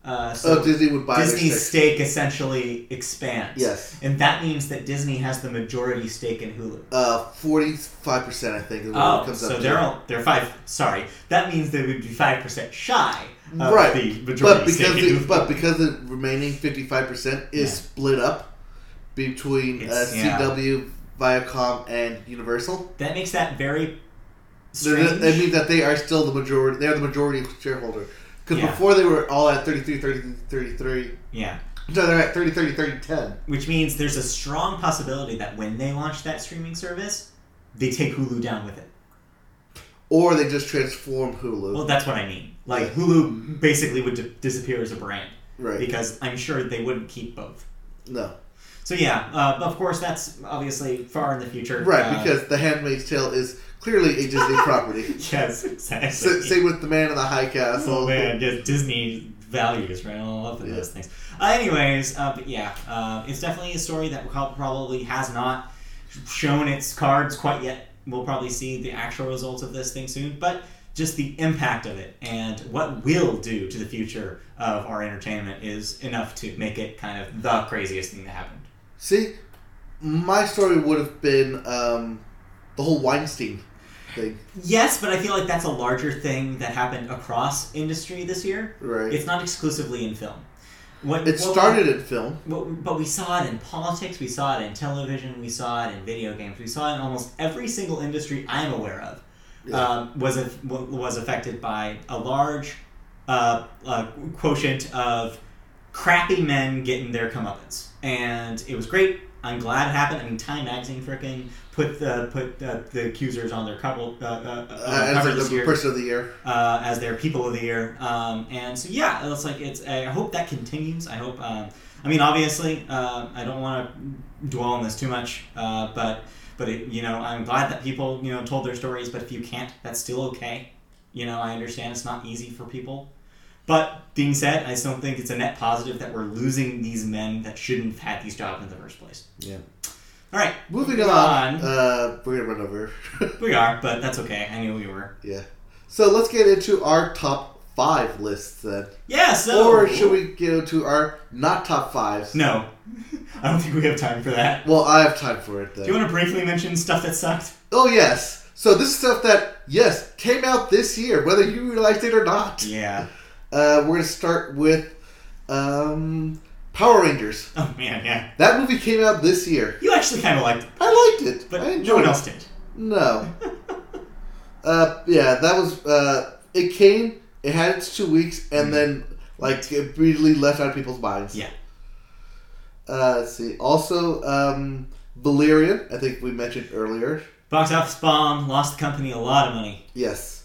Uh, so So Oh, Disney would buy Disney's their stake. stake essentially expands. Yes, And that means that Disney has the majority stake in Hulu. uh, forty-five percent, I think, is what Oh, it comes so up they're to. all, they're five. Sorry, that means they would be five percent shy of Right, the majority but because stake the, in Hulu. but because the remaining fifty-five percent is Yeah. split up between uh, It's- yeah. CW, Viacom, and Universal, that makes that very They're- strange. that means that they are still the majority. They are the majority shareholder. Because Yeah. before they were all at 33, 33, 33. yeah, No, they're at 30, 30, 30, 10. which means there's a strong possibility that when they launch that streaming service, they take Hulu down with it. Or they just transform Hulu. Well, that's what I mean. Like Yeah. Hulu basically would di- disappear as a brand right. because I'm sure they wouldn't keep both. no. So yeah, uh, of course that's obviously far in the future. Right, uh, because The Handmaid's Tale is clearly a Disney property. yes, exactly. S- same with The Man in the High Castle. Oh man, just Disney values, right? All up in Yeah. those things. Uh, anyways, uh, but yeah, uh, it's definitely a story that prob- probably has not shown its cards quite yet. We'll probably see the actual results of this thing soon, but just the impact of it and what will do to the future of our entertainment is enough to make it kind of the craziest thing that happened. See, my story would have been um, the whole Weinstein thing. Yes, but I feel like that's a larger thing that happened across industry this year. Right. It's not exclusively in film. What It what- started in film. But, but we saw it in politics, we saw it in television, we saw it in video games, we saw it in almost every single industry I'm aware of. Yeah. Um, was a, was affected by a large uh, uh, quotient of crappy men getting their comeuppance, and it was great. I'm glad it happened. I mean, Time Magazine frickin' put the put uh, the accusers on their cover, uh, uh, uh, Uh, cover as this the year person of the year. uh, as their people of the year. Um, and so yeah, it's like it's. I hope that continues. I hope. Um, I mean, obviously, uh, I don't want to dwell on this too much, uh, but but it, you know, I'm glad that people you know told their stories. But if you can't, that's still okay. You know, I understand it's not easy for people. But being said, I still think it's a net positive that we're losing these men that shouldn't have had these jobs in the first place. Yeah. All right, Moving Go on, on. Uh, we're going to run over. we are, but that's okay. I knew we were. so let's get into our top five lists then. Yeah. So. Or should we go to our not top fives? No, I don't think we have time for that. Well, I have time for it then. Do you want to briefly mention stuff that sucked? Oh yes. So this is stuff that yes came out this year, whether you realized it or not. Yeah. Uh, we're gonna start with um, Power Rangers. Oh man, yeah. That movie came out this year. You actually kind of liked it, I liked it. I but enjoyed no one it. else did. No. uh, yeah, that was. Uh, it came. It had its two weeks, and Mhm. then like it immediately left out of people's minds. Yeah. Uh, let's see. Also, um, Valerian. I think we mentioned earlier. Box office bomb lost the company a lot of money. Yes.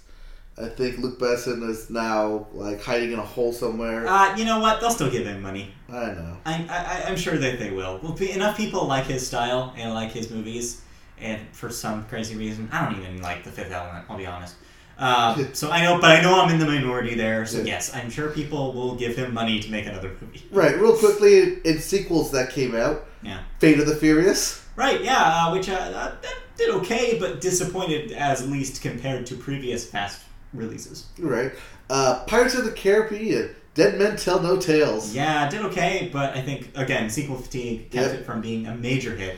I think Luke Besson is now like hiding in a hole somewhere. Uh, you know what? They'll still give him money. I don't know. I, I, I- I'm sure that they will. Well, be, enough people like his style and like his movies, and for some crazy reason, I don't even like The Fifth Element. I'll be honest. Uh, so I know, but I know I'm in the minority there. So Yeah. yes, I'm sure people will give him money to make another movie. Right, real quickly in, in sequels that came out. Yeah. Fate of the Furious. Right, yeah, uh, which uh, uh, that did okay, but disappointed as least compared to previous past releases. Right. Uh, Pirates of the Caribbean. Dead Men Tell No Tales. Yeah, it did okay, but I think again sequel fatigue kept Yep. it from being a major hit.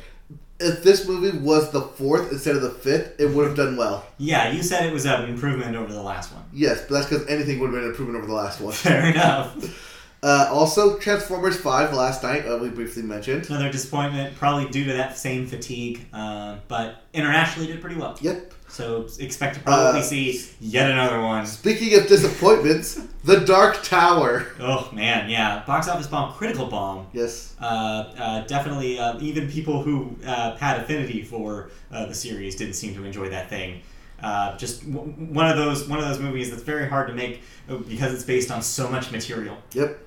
If this movie was the fourth instead of the fifth, it would have done well. Yeah, you said it was an improvement over the last one. Yes, but that's because anything would have been an improvement over the last one. Fair enough. Uh, also, Transformers 5 last night, uh, we briefly mentioned. Another disappointment, probably due to that same fatigue. Uh, but internationally did pretty well, Yep. so expect to probably Uh, see yet another one. Speaking of disappointments, The Dark Tower. Oh man, yeah, box office bomb, critical bomb. Yes. uh, uh, definitely uh, even people who uh, had affinity for uh, the series didn't seem to enjoy that thing. Uh, just w- one of those one of those movies that's very hard to make uh, because it's based on so much material. Yep.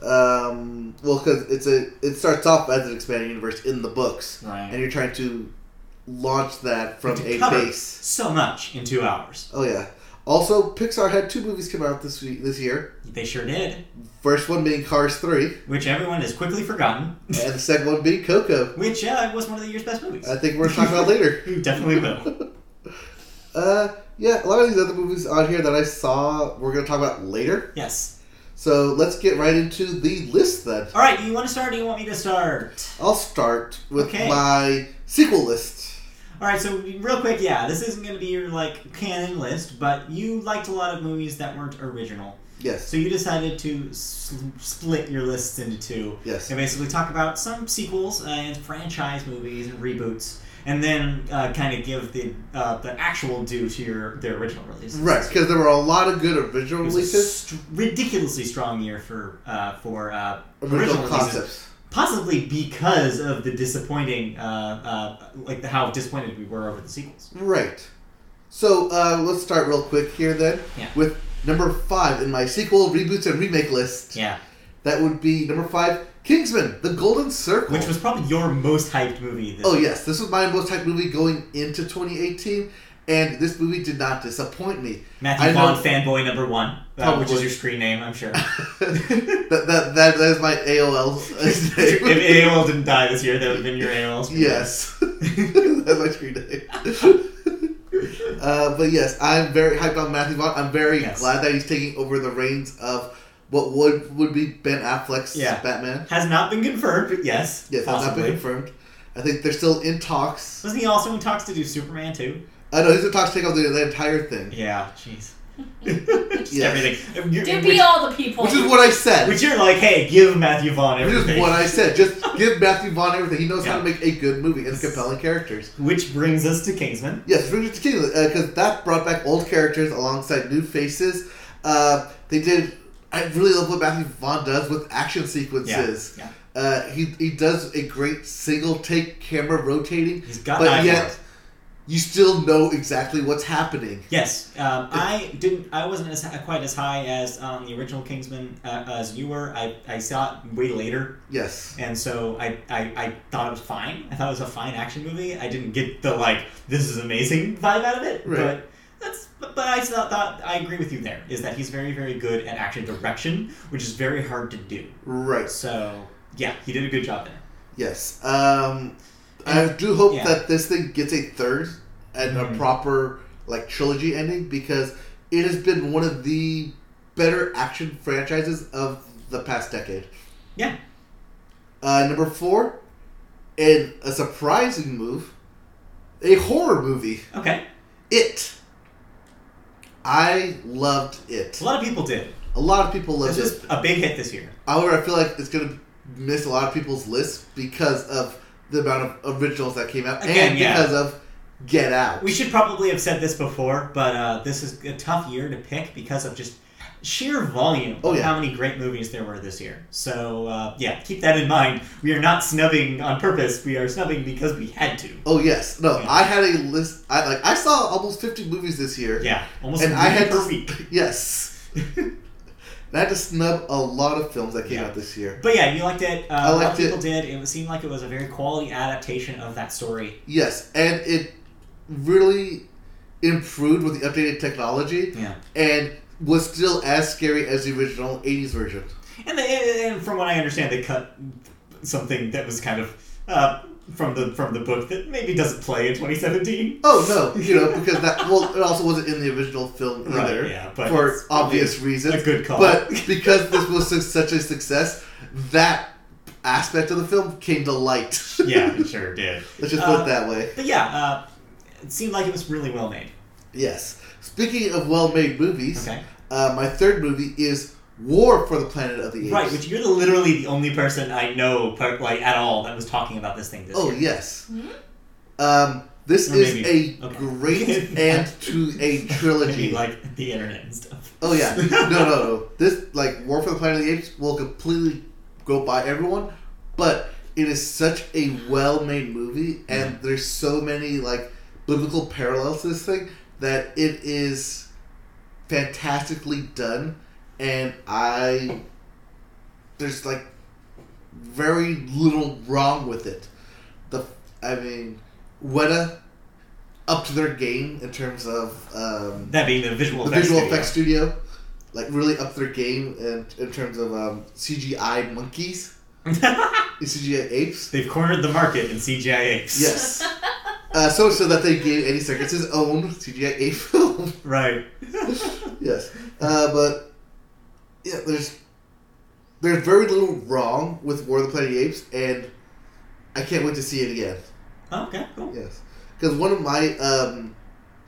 Um, well, because it's a it starts off as an expanding universe in the books, and Right. you're trying to launch that from To a cover base. So much in two hours. Oh yeah. Also, Pixar had two movies come out this week this year. They sure did. First one being Cars Three, Which everyone has quickly forgotten. and the second one being Coco. Which uh, was one of the year's best movies. I think we're talking about later. You definitely will. Uh, yeah, a lot of these other movies on here that I saw we're gonna talk about later. Yes. So let's get right into the list then. All right. Do you want to start? Or do you want me to start? I'll start with Okay. my sequel list. All right. So real quick, yeah, this isn't going to be your like canon list, but you liked a lot of movies that weren't original, Yes, so you decided to s- split your lists into two yes, and basically talk about some sequels uh, and franchise movies and reboots. And then uh, kind of give the uh, the actual due to your their original releases. right. Because there were a lot of good original It was a releases, st- ridiculously strong year for uh, for uh, original, original releases. concepts. possibly because of the disappointing, uh, uh, like the, how disappointed we were over the sequels. Right. So uh, let's start real quick here then Yeah. with number five in my sequel reboots and remake list. Yeah, That would be number five, Kingsman: The Golden Circle. which was probably your most hyped movie. This Oh yes, this was my most hyped movie going into 2018, and this movie did not disappoint me. Matthew I Vaughn know- fanboy number one, uh, Probably. which is your screen name, I'm sure. that, that, that, that is my AOL if name. AOL didn't die this year, that would have been your AOL. Screen Yes, that's my screen name. uh, but yes, I'm very hyped on Matthew Vaughn. I'm very Yes. glad that he's taking over the reins of what would would be Ben Affleck's Yeah. Batman. name. Has not been confirmed, but yes, Yes, that's not possibly. been confirmed. I think they're still in talks. Wasn't he also in talks to do Superman too? I know he's in talks to take over the, the entire thing, Yeah, jeez. Just Yes. Everything. You're, To which, be all the people. which is what I said. which you're like, hey, give Matthew Vaughn Which everything. is what I said. Just give Matthew Vaughn everything. He knows how to make a good movie and compelling characters. Which brings us to Kingsman. Yes, Richard Tequila, because uh, that brought back old characters alongside new faces. Uh, they did. I really love what Matthew Vaughn does with action sequences. Yeah, Uh, he, he does a great single take camera rotating, He's got an eye but for yet it. you still know exactly what's happening. Yes, um, I didn't. I wasn't as hi- quite as high as um, the original Kingsman uh, as you were. I, I saw it way later, Yes. and so I, I I thought it was fine. I thought it was a fine action movie. I didn't get the like this is amazing vibe out of it, Right. but. That's, but, but I thought, thought I agree with you there is that he's very very good at action direction, which is very hard to do. Right. So yeah, he did a good job there. Yes. Um, I do hope Yeah. that this thing gets a third and Mhm. a proper like trilogy ending because it has been one of the better action franchises of the past decade. Yeah. Uh, number four, in a surprising move, a horror movie. Okay, It. I loved it. a lot of people did. A lot of people loved This it. was a big hit this year. However, I feel like it's gonna miss a lot of people's lists because of the amount of originals that came out, Again, and yeah. because of Get Out. We should probably have said this before, but uh, this is a tough year to pick because of just sheer volume Oh, of yeah. how many great movies there were this year. So, uh, yeah, keep that in mind. We are not snubbing on purpose. We are snubbing because we had to. oh yes, no, Yeah. I had a list. I like I saw almost fifty movies this year. Yeah, almost And a I movie had per to- week. Yes, and I had to snub a lot of films that came Yeah. out this year. But yeah, you liked it. Uh, I a lot of liked it. people did. It seemed like it was a very quality adaptation of that story. Yes, and it really improved with the updated technology Yeah, and was still as scary as the original '80s version. and they, and from what I understand, they cut something that was kind of uh, from the from the book that maybe doesn't play in 2017. Oh no, you know because that well, it also wasn't in the original film either. Right, yeah, but for it's probably obvious a reasons. good call. But because this was su- such a success, that aspect of the film came to light. yeah, it sure did. Let's just put Uh, it that way. But yeah, uh, it seemed like it was really well made. Yes. Speaking of well made movies, Okay, uh, my third movie is War for the Planet of the Apes. right. Which you're the, literally the only person I know, per, like at all, that was talking about this thing this oh, year. yes. Hmm? Um, this Or is maybe- a okay. great end to a Maybe, trilogy. like the internet and stuff. Oh yeah, no, no, no. This like War for the Planet of the Apes will completely go by everyone, but it is such a well-made movie, and there's so many like biblical parallels to this thing that it is fantastically done, and I there's like very little wrong with it. The I mean, Weta upped their game in terms of um, That being the visual the effects visual studio. effects studio, like really upped their game in, in terms of um, CGI monkeys, CGI apes. They've cornered the market in CGI apes. Yes. Uh, so much so that they gave Andy Serkis his own CGI ape film. Right. yes, uh, but yeah, there's there's very little wrong with War of the Planet of the Apes, and I can't wait to see it again. okay, cool. Yes, because one of my um,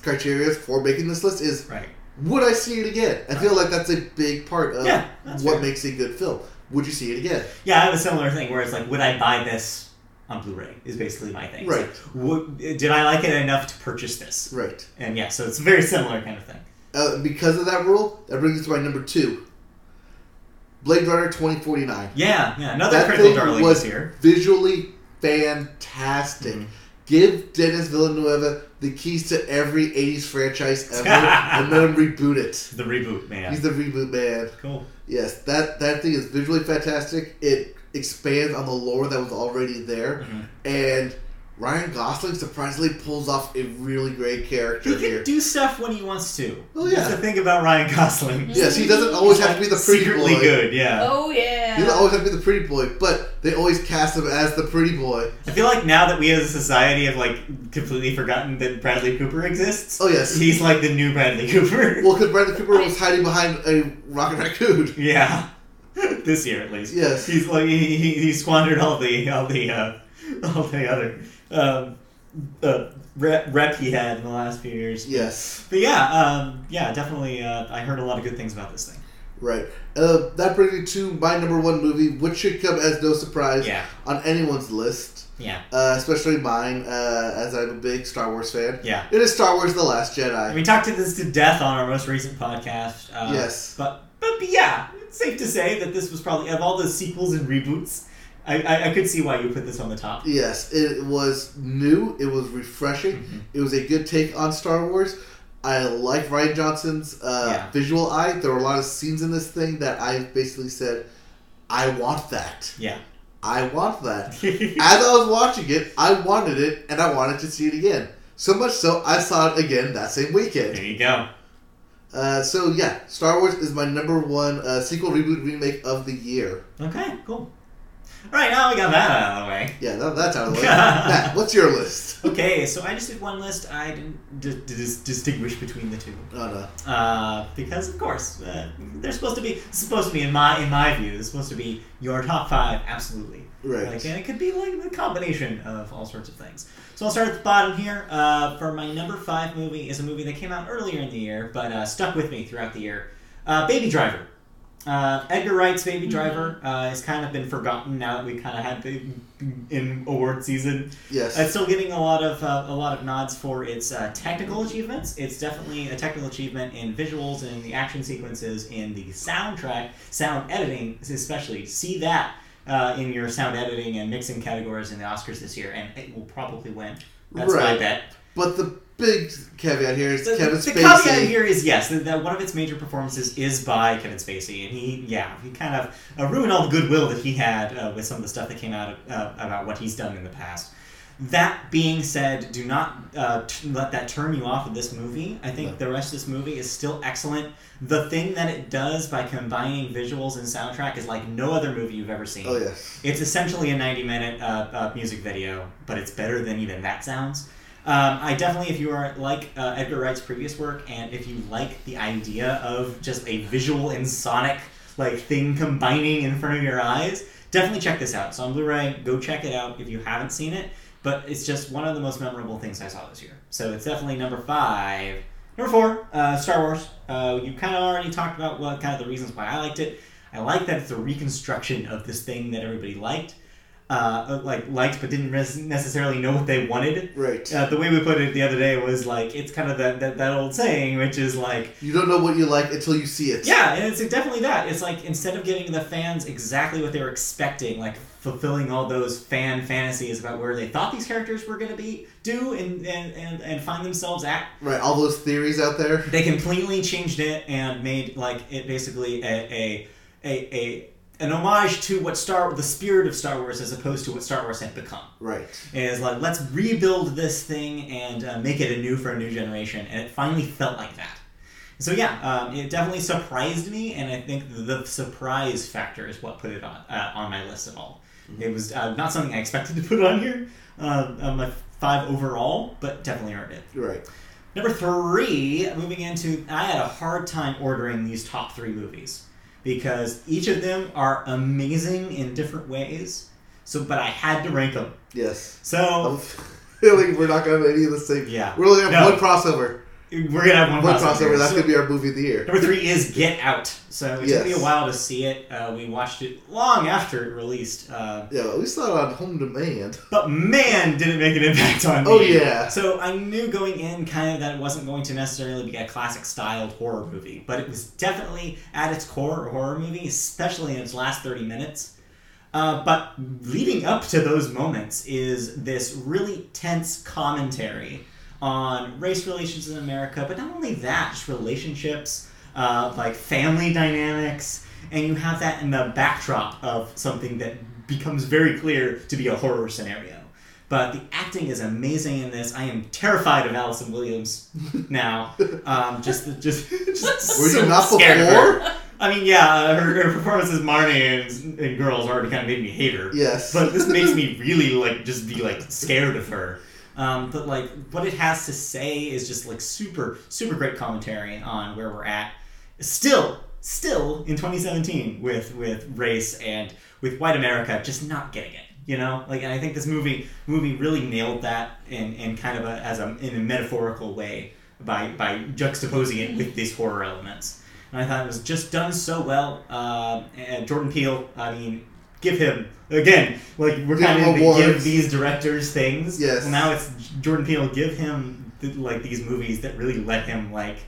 criteria for making this list is Right. would I see it again? I feel like that's a big part of Yeah, that's what fair. makes a good film. Would you see it again? Yeah, I have a similar thing where it's like, would I buy this on Blu-ray? Is basically my thing. It's Right, like, would, did I like it enough to purchase this? right. And yeah, so it's a very similar kind of thing. Uh, because of that rule, that brings us to my number two. Blade Runner twenty forty nine. Yeah, yeah. Another That critical thing darling was- was here. visually fantastic. Mhm. Give Dennis Villanueva the keys to every 80s franchise ever and let him reboot it. The reboot, man. He's the reboot man. cool. Yes, that, that thing is visually fantastic. It expands on the lore that was already there. Mhm. And Ryan Gosling surprisingly pulls off a really great He character can here. do stuff when he wants to. Oh, That's yeah. the thing about Ryan Gosling. Yes, he doesn't always have to be the pretty Secretly boy. good, yeah. Oh He doesn't yeah. always have to be the pretty boy, but they always cast him as the pretty boy. I feel like now that we as a society have like completely forgotten that Bradley Cooper exists, Oh, yes. he's like the new Bradley Cooper. Well, because Bradley Cooper was hiding behind a rocket raccoon. Yeah, this year at least. Yes. he's like he, he, he squandered all the all the uh, all the other um, uh, rep, rep he had in the last few years. Yes. But yeah, um, yeah, definitely. Uh, I heard a lot of good things about this thing. Right. Uh, that brings me to my number one movie, which should come as no surprise Yeah, on anyone's list, yeah, uh, especially mine, uh, as I'm a big Star Wars fan. yeah. It is Star Wars The Last Jedi. We talked to this to death on our most recent podcast. Uh, yes. but but yeah, it's safe to say that this was probably of all the sequels and reboots. I, I, I could see why you put this on the top. Yes. It was new, it was refreshing, Mhm. it was a good take on Star Wars. I like Ryan Johnson's uh, Yeah. visual eye. There were a lot of scenes in this thing that I basically said, I want that. Yeah. I want that. As I was watching it, I wanted it, and I wanted to see it again. So much so, I saw it again that same there weekend. you go. Uh, so yeah, Star Wars is my number one uh, sequel, reboot, remake of the year. Okay, cool. All right, now we got that out of the way. Yeah, that, that's out of the way. Matt, what's your list? Okay, so I just did one list. I didn't d- d- dis- distinguish between the two Oh no. uh, because, of course, uh, they're supposed to be supposed to be in my in my view. They're supposed to be your top five, absolutely. Right. Like, and it could be like a combination of all sorts of things. So I'll start at the bottom here. Uh, for my number five movie is a movie that came out earlier in the year, but uh, stuck with me throughout the year. Uh, Baby Driver. Uh, Edgar Wright's Baby Mhm. Driver uh, has kind of been forgotten now that we kind of had the in award season. Yes. It's still getting a lot of uh, a lot of nods for its uh, technical achievements. It's definitely a technical achievement in visuals and in the action sequences, in the soundtrack, sound editing, especially. See that uh, in your sound editing and mixing categories in the Oscars this year, and it will probably win. That's my Right. bet. But the big caveat here is The, Kevin the Spacey. caveat here is yes, that, that one of its major performances is by Kevin Spacey, and he, yeah, he kind of uh, ruined all the goodwill that he had uh, with some of the stuff that came out of, uh, about what he's done in the past. That being said, do not uh, t- let that turn you off of this movie. I think No. the rest of this movie is still excellent. The thing that it does by combining visuals and soundtrack is like no other movie you've ever seen. Oh yes. It's essentially a 90 minute uh, uh, music video, but it's better than even that sounds. Um, I definitely, if you are like uh, Edgar Wright's previous work, and if you like the idea of just a visual and sonic like thing combining in front of your eyes, definitely check this out. It's on Blu-ray. Go check it out if you haven't seen it. But it's just one of the most memorable things I saw this year. So it's definitely number five. Number four, uh, Star Wars. Uh, you kind of already talked about what kind of the reasons why I liked it. I like that it's a reconstruction of this thing that everybody liked, uh, like liked but didn't res- necessarily know what they wanted. Right. Uh, the way we put it the other day was like it's kind of that, that that old saying, which is like You don't know what you like until you see it. yeah, and it's definitely that. It's like instead of giving the fans exactly what they were expecting, like fulfilling all those fan fantasies about where they thought these characters were going to be, do, and, and, and, and find themselves at, Right. All those theories out there. they completely changed it and made like it basically a a a, a an homage to what Star the spirit of Star Wars as opposed to what Star Wars had become. Right. Is like let's rebuild this thing and uh, make it anew for a new generation, and it finally felt like that. So yeah, um, it definitely surprised me, and I think the surprise factor is what put it on uh, on my list at all. It was uh, not something I expected to put on here, uh, on my five overall, but definitely earned it. You're right. Number three, moving into, I had a hard time ordering these top three movies because each of them are amazing in different ways. So, but I had to rank them. Yes. So I'm feeling we're not gonna have any of the same. Oh. Yeah. We're only gonna have No. one crossover. we're gonna have one, One crossover. crossover. That's So- gonna be our movie of the year. Number three is Get Out. So it took me a Yes. while to see it. Uh, we watched it long after it released, uh, Yeah, we saw it on home demand. but man, did it make an impact on me. Oh yeah. So I knew going in kind of that it wasn't going to necessarily be a classic styled horror movie, but it was definitely at its core a horror movie, especially in its last 30 minutes. Uh, but leading up to those moments is this really tense commentary on race relations in America, but not only that, just relationships, uh, like family dynamics, and you have that in the backdrop of something that becomes very clear to be a horror scenario. But the acting is amazing in this. I am terrified of Allison Williams now. Um, just, the, just, just Were so you not scared of her. before? I mean, yeah, her, her performance as Marnie and, and girls already kind of made me hate her. Yes. But this makes me really like just be like scared of her. Um, but like what it has to say is just like super super great commentary on where we're at. Still, still in 2017 with with race and with white America just not getting it. You know, like and I think this movie movie really nailed that in, in kind of a, as a in a metaphorical way by by juxtaposing it with these horror elements. And I thought it was just done so well. Um and Jordan Peele, I mean, give him again. Like we're Give kind him of the give awards. these directors things. Yes. Well, now it's Jordan Peele. Give him th- like these movies that really let him like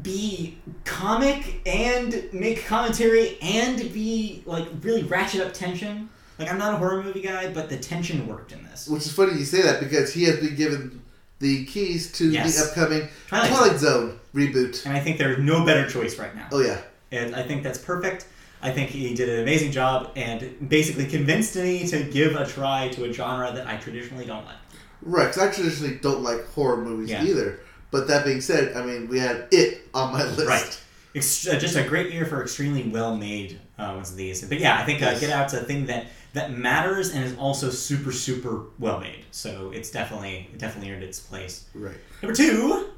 be comic and make commentary and be like really ratchet up tension. Like I'm not a horror movie guy, but the tension worked in this. Which is funny you say that because he has been given the keys to Yes. the upcoming Twilight Zone. Twilight Zone reboot. And I think there's no better choice right now. Oh yeah. and I think that's perfect. I think he did an amazing job and basically convinced me to give a try to a genre that I traditionally don't like. Right, 'cause I traditionally don't like horror movies Yeah. either. But that being said, I mean, we had it on my list. Right. Ex- uh, just a great year for extremely well made uh, ones of these. But yeah, I think uh, Yes. Get Out's a thing that that matters and is also super super well made. So it's definitely it definitely earned its place. Right. Number two,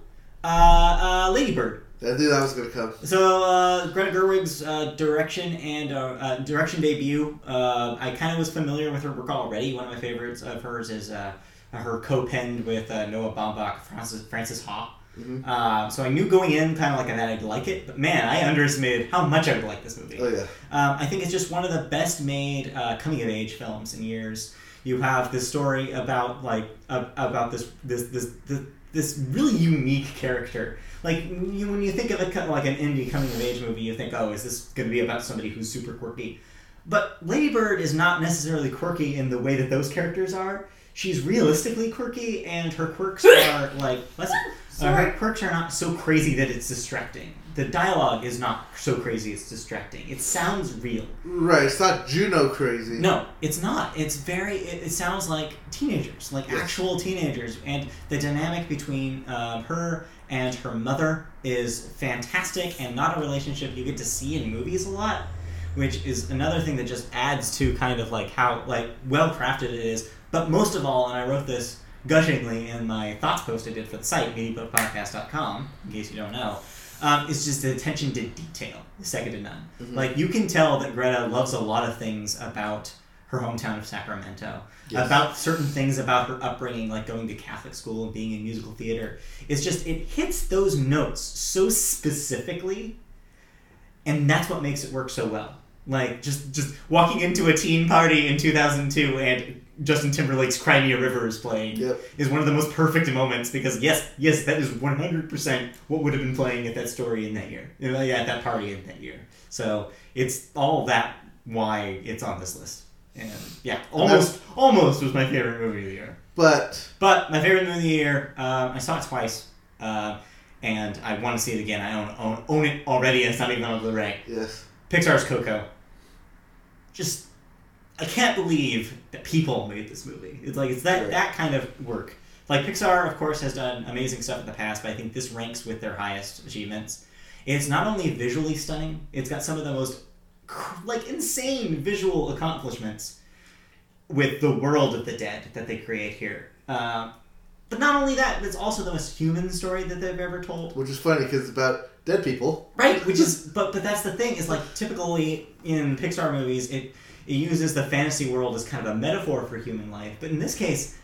uh, uh, Lady Bird. I knew that was going to come. So uh, Greta Gerwig's uh, direction and uh, uh, direction debut. Uh, I kind of was familiar with her work already. One of my favorites of hers is uh, her co-penned with uh, Noah Baumbach, Francis Francis Ha. Mhm. Uh, so I knew going in kind of like that I'd like it, but man, I underestimated how much I would like this movie. Oh, yeah. Um, I think it's just one of the best made uh, coming of age films in years. You have this story about like a about this this this this, this really unique character. Like you, when you think of a co- like an indie coming of age movie, you think, oh, is this going to be about somebody who's super quirky? But Lady Bird is not necessarily quirky in the way that those characters are. She's realistically quirky, and her quirks are like less, uh, her Sorry. quirks are not so crazy that it's distracting. The dialogue is not so crazy it's distracting. It sounds real. Right, it's not Juno crazy. No, it's not. It's very. It, it sounds like teenagers, like Yes. actual teenagers, and the dynamic between uh, her and her mother is fantastic, and not a relationship you get to see in movies a lot, which is another thing that just adds to kind of like how like well crafted it is. But most of all, and I wrote this gushingly in my thoughts post I did for the site mediapodcast.com, in case you don't know. Um, it's just the attention to detail, second to none. Mhm. Like you can tell that Greta loves a lot of things about her hometown of Sacramento, Yes. about certain things about her upbringing, like going to Catholic school and being in musical theater. It's just it hits those notes so specifically, and that's what makes it work so well. Like just just walking into a teen party in 2002 and Justin Timberlake's Crimea River is playing Yep. is one of the most perfect moments because yes, yes, that is one hundred percent what would have been playing at that story in that year, You know, yeah, at that party in that year. So it's all that why it's on this list, and yeah, almost almost was my favorite movie of the year. But, But my favorite movie of the year, um, I saw it twice, uh, and I want to see it again. I own, own own it already, and it's not even on Blu-ray. yes. Pixar's Coco. Just, I can't believe that people made this movie. It's like it's that Right. that kind of work. Like Pixar, of course, has done amazing stuff in the past, but I think this ranks with their highest achievements. It's not only visually stunning; it's got some of the most cr- like insane visual accomplishments with the world of the dead that they create here. Uh, but not only that, but it's also the most human story that they've ever told. Which is funny because it's about dead people. Right, which is but but that's the thing is like typically in Pixar movies it it uses the fantasy world as kind of a metaphor for human life, but in this case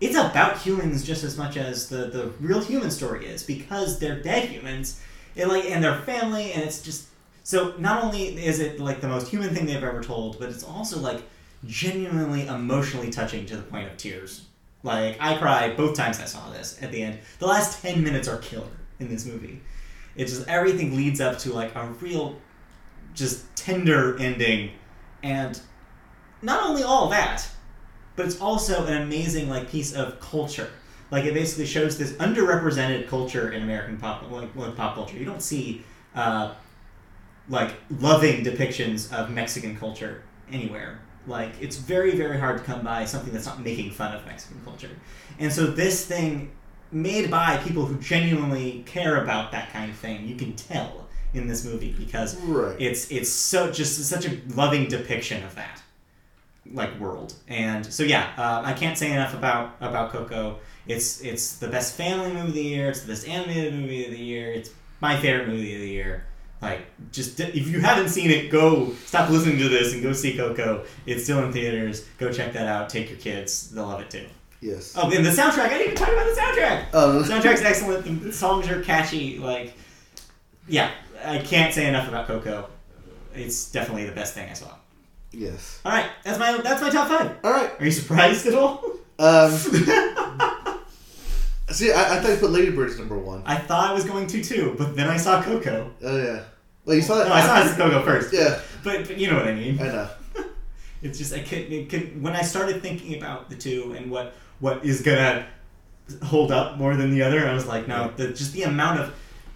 it's about humans just as much as the the real human story is because they're dead humans it like and their family and it's just so not only is it like the most human thing they've ever told, but it's also like genuinely emotionally touching to the point of tears. Like I cried both times I saw this at the end. The last 10 minutes are killer in this movie it's just everything leads up to like a real just tender ending and not only all that but it's also an amazing like piece of culture like it basically shows this underrepresented culture in american pop like, like pop culture you don't see uh, like loving depictions of mexican culture anywhere like it's very very hard to come by something that's not making fun of mexican culture and so this thing made by people who genuinely care about that kind of thing. You can tell in this movie because Right. it's it's so just such a loving depiction of that like world. And so yeah, uh, I can't say enough about about Coco. It's it's the best family movie of the year. It's the best animated movie of the year. It's my favorite movie of the year. Like just if you haven't seen it, go stop listening to this and go see Coco. It's still in theaters. Go check that out. Take your kids; they'll love it too. Yes. Oh, and the soundtrack. I didn't even talk about the soundtrack. Um, The soundtrack's excellent. The songs are catchy. Like, yeah, I can't say enough about Coco. It's definitely the best thing I saw. yes. All right, that's my that's my top five. All right. Are you surprised at all? Um, see, I, I thought you put Ladybird's number one. I thought I was going to too, but then I saw Coco. Oh yeah. Well, you saw that. No, I saw Coco first. Yeah, But, but you know what I mean. I know. It's just I couldn't, it couldn't. When I started thinking about the two and what what is gonna hold up more than the other, I was like, no, the, just the amount of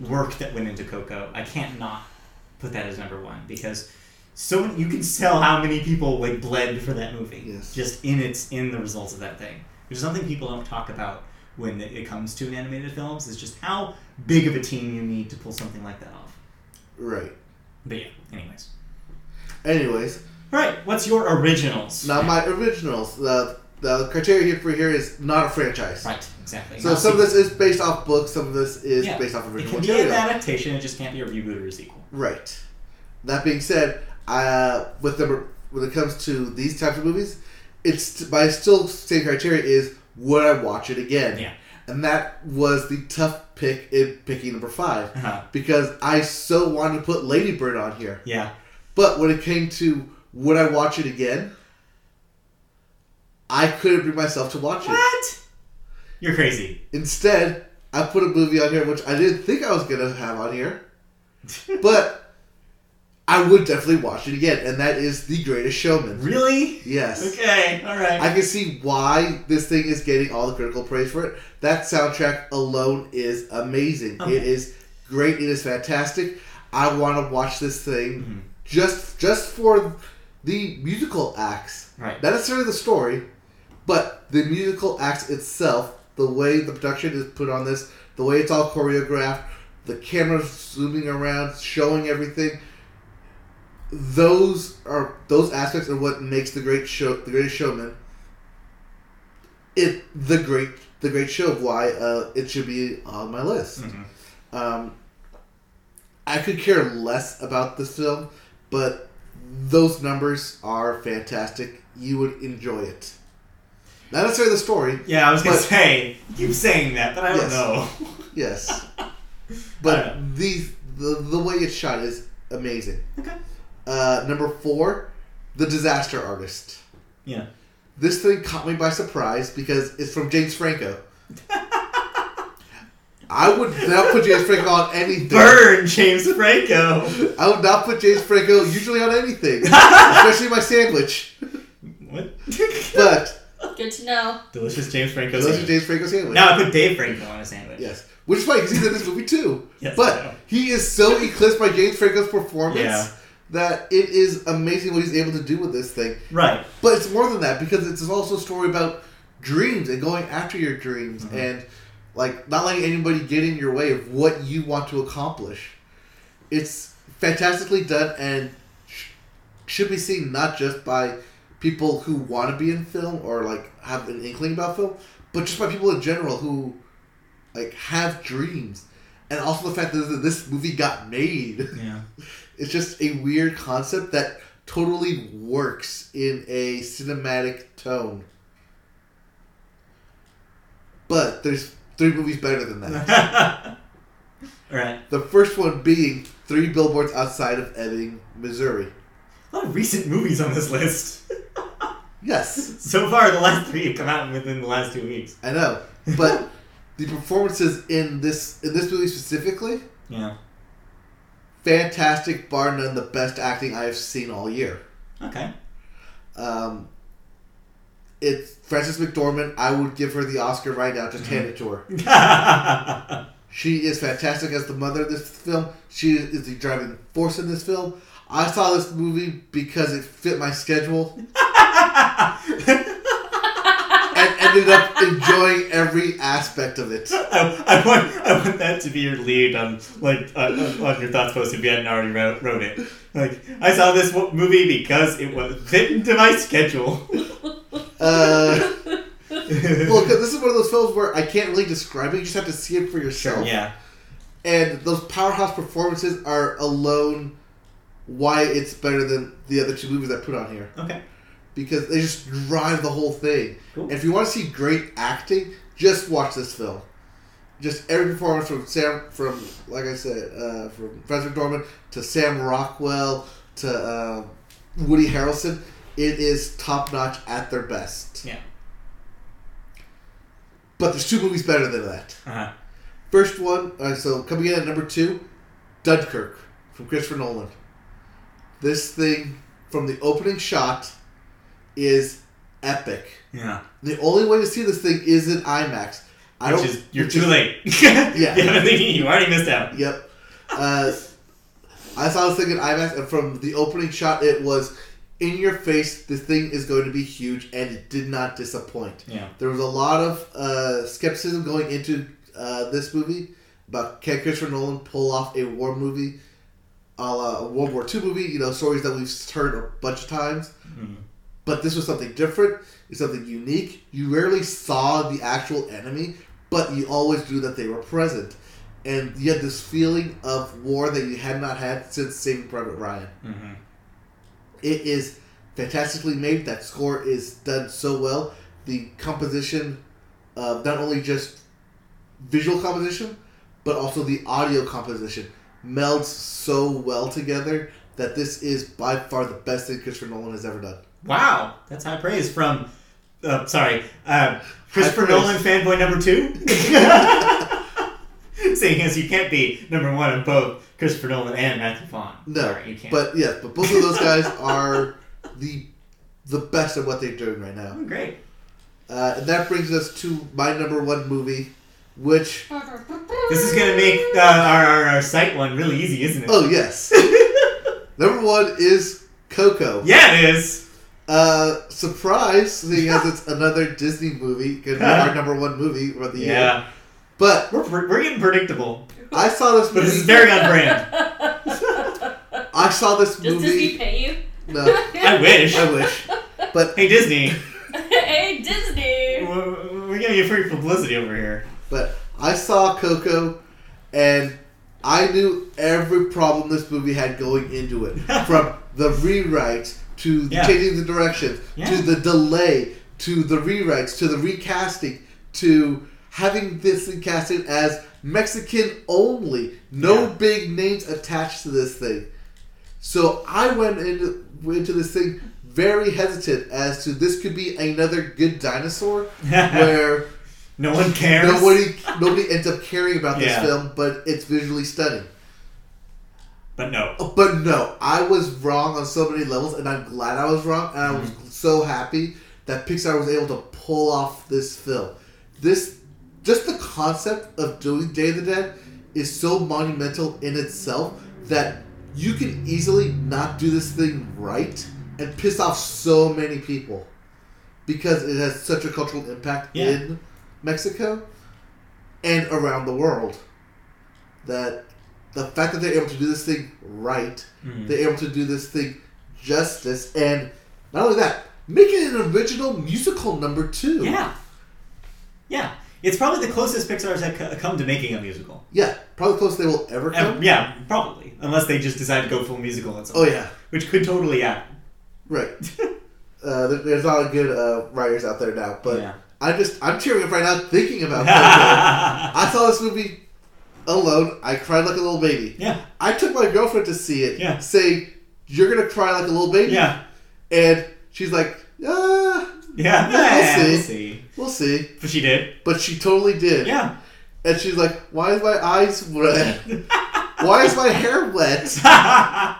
work that went into Coco, I can't not put that as number one because so many- you can tell how many people like bled for that movie Yes. just in its in the results of that thing, which is something people don't talk about when it it comes to animated films. Is just how big of a team you need to pull something like that off. Right. But yeah, anyways. Anyways, All right, what's your originals? now my originals. The the criteria here for here is not a franchise. Right, exactly. So Not some of sequels. this is based off books. Some of this is Yeah. based off It original can be an material. adaptation, it just can't be a reboot or a sequel. Right. That being said, uh, with number when it comes to these types of movies, it's my still same criteria is would I watch it again? Yeah. And that was the tough pick in picking number five Uh-huh. because I so wanted to put Ladybird on here, Yeah. but when it came to would I watch it again, I couldn't bring myself to watch it. What? You're crazy. Instead, I put a movie on here which I didn't think I was gonna have on here, but I would definitely watch it again, and that is The Greatest Showman. really? Yes, Okay, alright. I can see why this thing is getting all the critical praise for it. That soundtrack alone is amazing. Okay. It is great. It is fantastic. I want to watch this thing Mhm. just just for the musical acts Right. not necessarily the story, but the musical acts itself, the way the production is put on this, the way it's all choreographed, the camera zooming around, showing everything. Those are those aspects are what makes the great show, the greatest showman. It the great the great show of why uh, it should be on my list. Mhm. Um, I could care less about this film, but those numbers are fantastic. You would enjoy it. Not necessarily the story, Yeah, I was gonna But- say, you keep saying that, but I don't Yes. know. yes, I but these the, the way it's shot is amazing. Okay. Uh, number four, the disaster artist. Yeah. This thing caught me by surprise because it's from James Franco. I would not put James Franco on anything. Burn James Franco! I would not put James Franco usually on anything, especially my sandwich. what? But Good to know. Delicious James Franco those are sandwich. James Franco sandwich. Now I put Dave Franco on a sandwich. Yes, which is funny because he's in this movie too. Yes, I know. But he is so eclipsed by James Franco's performance Yeah. that it is amazing what he's able to do with this thing. Right. But it's more than that because it's also a story about dreams and going after your dreams Mhm. and like not letting anybody get in your way of what you want to accomplish. It's fantastically done and sh- should be seen not just by people who want to be in film or like have an inkling about film, but just by people in general who like have dreams. And also the fact that this movie got made. Yeah. It's just a weird concept that totally works in a cinematic tone. But there's three movies better than that. All right. the first one being Three Billboards Outside of Ebbing, Missouri. A lot of recent movies on this list. Yes, so far, the last three have come out within the last two weeks. I know, but the performances in this in this movie specifically, Yeah. fantastic, bar none, the best acting I have seen all year. Okay. Um, it's Frances McDormand. I would give her the Oscar right now. Just hand it to her. She is fantastic as the mother of this film. She is the driving force in this film. I saw this movie because it fit my schedule and ended up enjoying every aspect of it. I, I want I want that to be your lead on like on, on- on your thoughts post if you hadn't already wrote, wrote it. Like I saw this wo- movie because it was fit into my schedule. Uh, well, 'cause this is one of those films where I can't really describe it. You just have to see it for yourself. yeah, And those powerhouse performances are alone why it's better than the other two movies I put on here. okay, because they just drive the whole thing. Cool. And if you want to see great acting, just watch this film. Just every performance from Sam, from like I said, uh, from Francis McDormand to Sam Rockwell to uh, Woody Harrelson, it is top notch at their best. yeah, But there's two movies better than that. uh-huh. First one, uh, so coming in at number two, Dunkirk from Christopher Nolan. This thing from the opening shot is epic. yeah. The only way to see this thing is in IMAX. I Which don't. is you're which too is- late. Yeah. you haven't thinking you already missed out. Yep. Uh, I saw this thing in IMAX, and from the opening shot, it was in your face. This thing is going to be huge, and it did not disappoint. Yeah, There was a lot of uh, skepticism going into uh, this movie about can Christopher Nolan pull off a war movie, a la a World War II movie. You know, stories that we've heard a bunch of times. Mhm. but this was something different. It's something unique. You rarely saw the actual enemy, but you always knew that they were present, and you had this feeling of war that you had not had since Saving Private Ryan. Mhm. It is fantastically made. That score is done so well. The composition, of not only just visual composition, but also the audio composition, melds so well together that this is by far the best thing Christopher Nolan has ever done. Wow, that's high praise from. Uh, sorry, uh, Christopher High praise. Nolan fanboy number two. Seeing as you can't be number one in both Christopher Nolan and Matthew Vaughn. No, Sorry, you can't. But yes, but both of those guys are the the best at what they're doing right now. Oh, great. Uh, and that brings us to my number one movie, which This is gonna make uh, our, our our site one really easy, isn't it? oh yes, number one is Coco. Yeah, it is. Uh, surprise, seeing as it's another Disney movie, gonna be our number one movie of the year. Yeah, But we're, we're, we're getting predictable, I saw this but this is movie. very on brand. I saw this Does Disney movie. pay you? No, I wish. I wish. But Hey Disney, hey, Disney! we're, we're getting free publicity over here. But I saw Coco, and I knew every problem this movie had going into it, from the rewrites to the Yeah. changing the directions to Yeah. the delay to the rewrites to the recasting to having this thing casted as Mexican only, no Yeah. big names attached to this thing. So I went into into this thing very hesitant as to this could be another good dinosaur where no one cares. Nobody, nobody ends up caring about this Yeah. film, but it's visually stunning. But no. Oh, But no, I was wrong on so many levels, and I'm glad I was wrong, and I was so happy that Pixar was able to pull off this film. This, just the concept of doing Day of the Dead, is so monumental in itself that you can easily not do this thing right and piss off so many people because it has such a cultural impact Yeah. in Mexico and around the world that the fact that they're able to do this thing right, Mhm. they're able to do this thing justice, and not only that, make it an original musical number two. Yeah. Yeah. It's probably the closest Pixar's had co- come to making a musical. Yeah, probably close they will ever come. Ever- yeah, probably. Unless they just decide to go full musical and Oh something. yeah, Which could totally happen. right. Uh, there- there's a lot of good uh, writers out there now, but Yeah. I'm just I'm cheering up right now thinking about Coco. I saw this movie alone. I cried like a little baby. yeah. I took my girlfriend to see it. Yeah. Saying you're gonna cry like a little baby. Yeah. And she's like, ah, Yeah, Yeah. we'll we'll see. see. we'll see. But she did. But she totally did. Yeah. And she's like, why is my eyes red? why is my hair wet?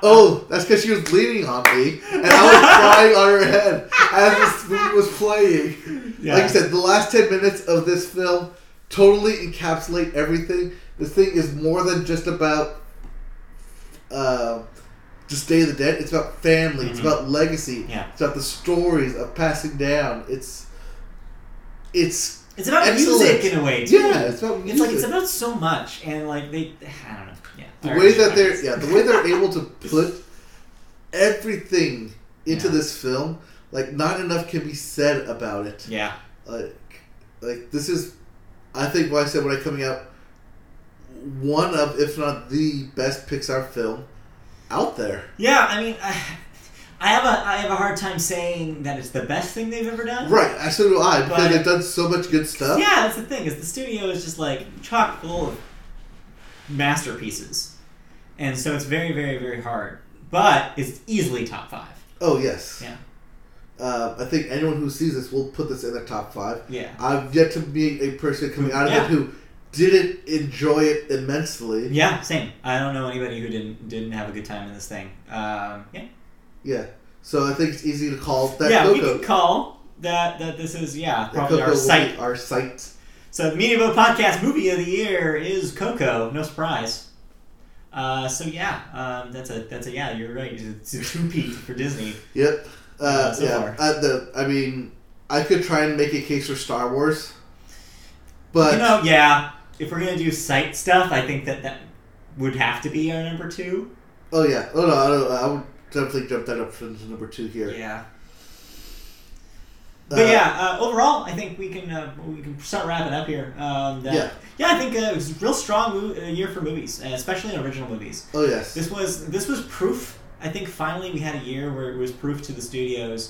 Oh, that's because she was leaning on me, and I was crying on her head as this movie was playing. Yeah. Like I said, the last 10 minutes of this film totally encapsulate everything. This thing is more than just about um just Day of the Dead. It's about family. It's Mhm. about legacy. Yeah. It's about the stories of passing down. It's it's It's about Excellent. music in a way, too. yeah. It's about It's music. like it's about so much, and like they, I don't know. Yeah. the I way already that they're know. yeah the way they're able to put everything into Yeah. this film like not enough can be said about it Yeah. like like this is i think why i said when i coming out one of if not the best pixar film out there Yeah. I mean, I, I have a I have a hard time saying that it's the best thing they've ever done. right i so do i because Uh-huh. But- they've done so much good stuff Yeah, that's the thing is the studio is just like chock full of masterpieces, and so it's very, very, very hard. But it's easily top five. oh yes Yeah. uh, i think anyone who sees this will put this in their top five Yeah. i've yet to meet a person coming out of Yeah. it who didn't enjoy it immensely Yeah. Same. I don't know anybody who didn't didn't have a good time in this thing. Um, yeah. Yeah. So I think it's easy to call that yeah. We Coco. can call that that this is yeah that probably Coco our will site be Our site. So the Media Boat Podcast movie of the year is Coco. No surprise. Uh, so yeah, um, that's a that's a yeah. You're right. It's a two peat for Disney. Yep. Uh, Uh, so yeah. far. Uh, the, I mean, I could try and make a case for Star Wars, but you know, yeah. If we're gonna do site stuff, I think that that would have to be our number two. oh yeah, oh no, I, don't, I would definitely jump that up to number two here. Yeah. Uh, But yeah, uh, overall, I think we can uh, we can start wrapping up here. Um, that- Yeah. yeah, I think uh, it was a real strong mo- uh, year for movies, uh, especially original movies. Oh yes. This was this was proof. I think finally we had a year where it was proof to the studios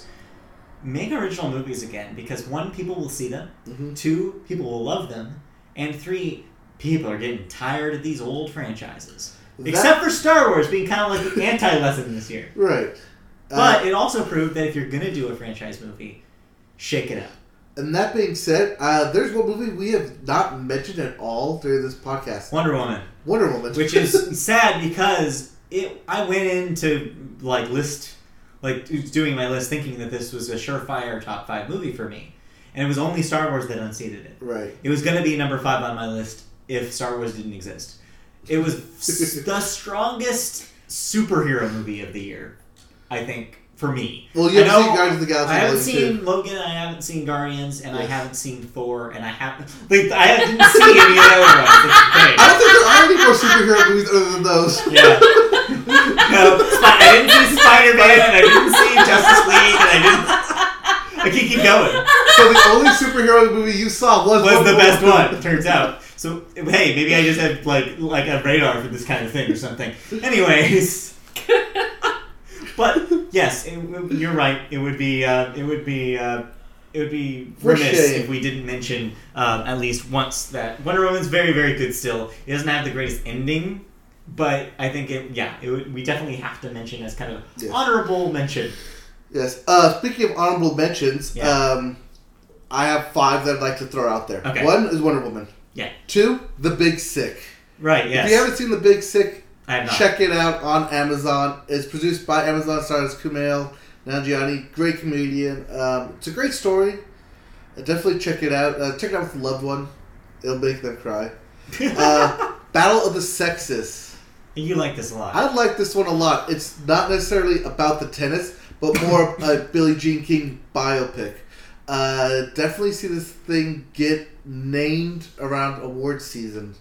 make original movies again because one people will see them, Mhm. two people will love them, and three people are getting tired of these old franchises. That- Except for Star Wars being kind of like the anti lesson this year. right. But Uh, it also proved that if you're gonna do a franchise movie, shake it up. and that being said, uh, there's one movie we have not mentioned at all during this podcast: Wonder Woman, Wonder Woman, which is sad because it. I went into like list, like doing my list, thinking that this was a surefire top five movie for me, and it was only Star Wars that unseated it. right. It was going to be number five on my list if Star Wars didn't exist. It was s- the strongest superhero movie of the year, I think, for me. Well, you I haven't know- seen Guardians of the Galaxy. I haven't Volume seen Two. Logan, I haven't seen Guardians, and I Yes. haven't seen Thor, and I haven't like I haven't seen any of the other ones. That's the thing. I don't think there are any more superhero movies other than those. Yeah. No, Spi- I didn't see Spider Man, and I didn't see Justice League, and I didn't. I can keep going. So the only superhero movie you saw was, Was Wonder the best Woman. one. Turns out. So hey, maybe I just have like like a radar for this kind of thing or something. Anyways. But yes, it, w- you're right. It would be uh, it would be uh, it would be For remiss shame. if we didn't mention um, at least once that Wonder Woman's very very good. Still, it doesn't have the greatest ending, but I think it yeah it would, we definitely have to mention as kind of Yes. honorable mention. Yes. Uh, speaking of honorable mentions, Yeah. um, I have five that I'd like to throw out there. Okay. One is Wonder Woman. Yeah. Two, The Big Sick. Right? If you Yes. haven't seen The Big Sick, I have not. check it out on Amazon. It's produced by Amazon stars Kumail Nanjiani, great comedian. Um, it's a great story. Uh, definitely check it out. Uh, check it out uh, with a loved one. It'll make them cry. Uh, Battle of the Sexes. You like this a lot. I like this one a lot. It's not necessarily about the tennis, but more of a Billie Jean King biopic. Uh, definitely see this thing get named around award season.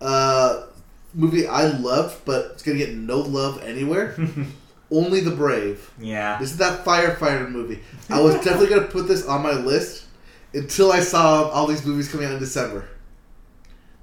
Uh, movie I loved, but it's gonna get no love anywhere. Only the Brave. yeah. This is that firefighter movie. I was definitely gonna put this on my list until I saw all these movies coming out in December.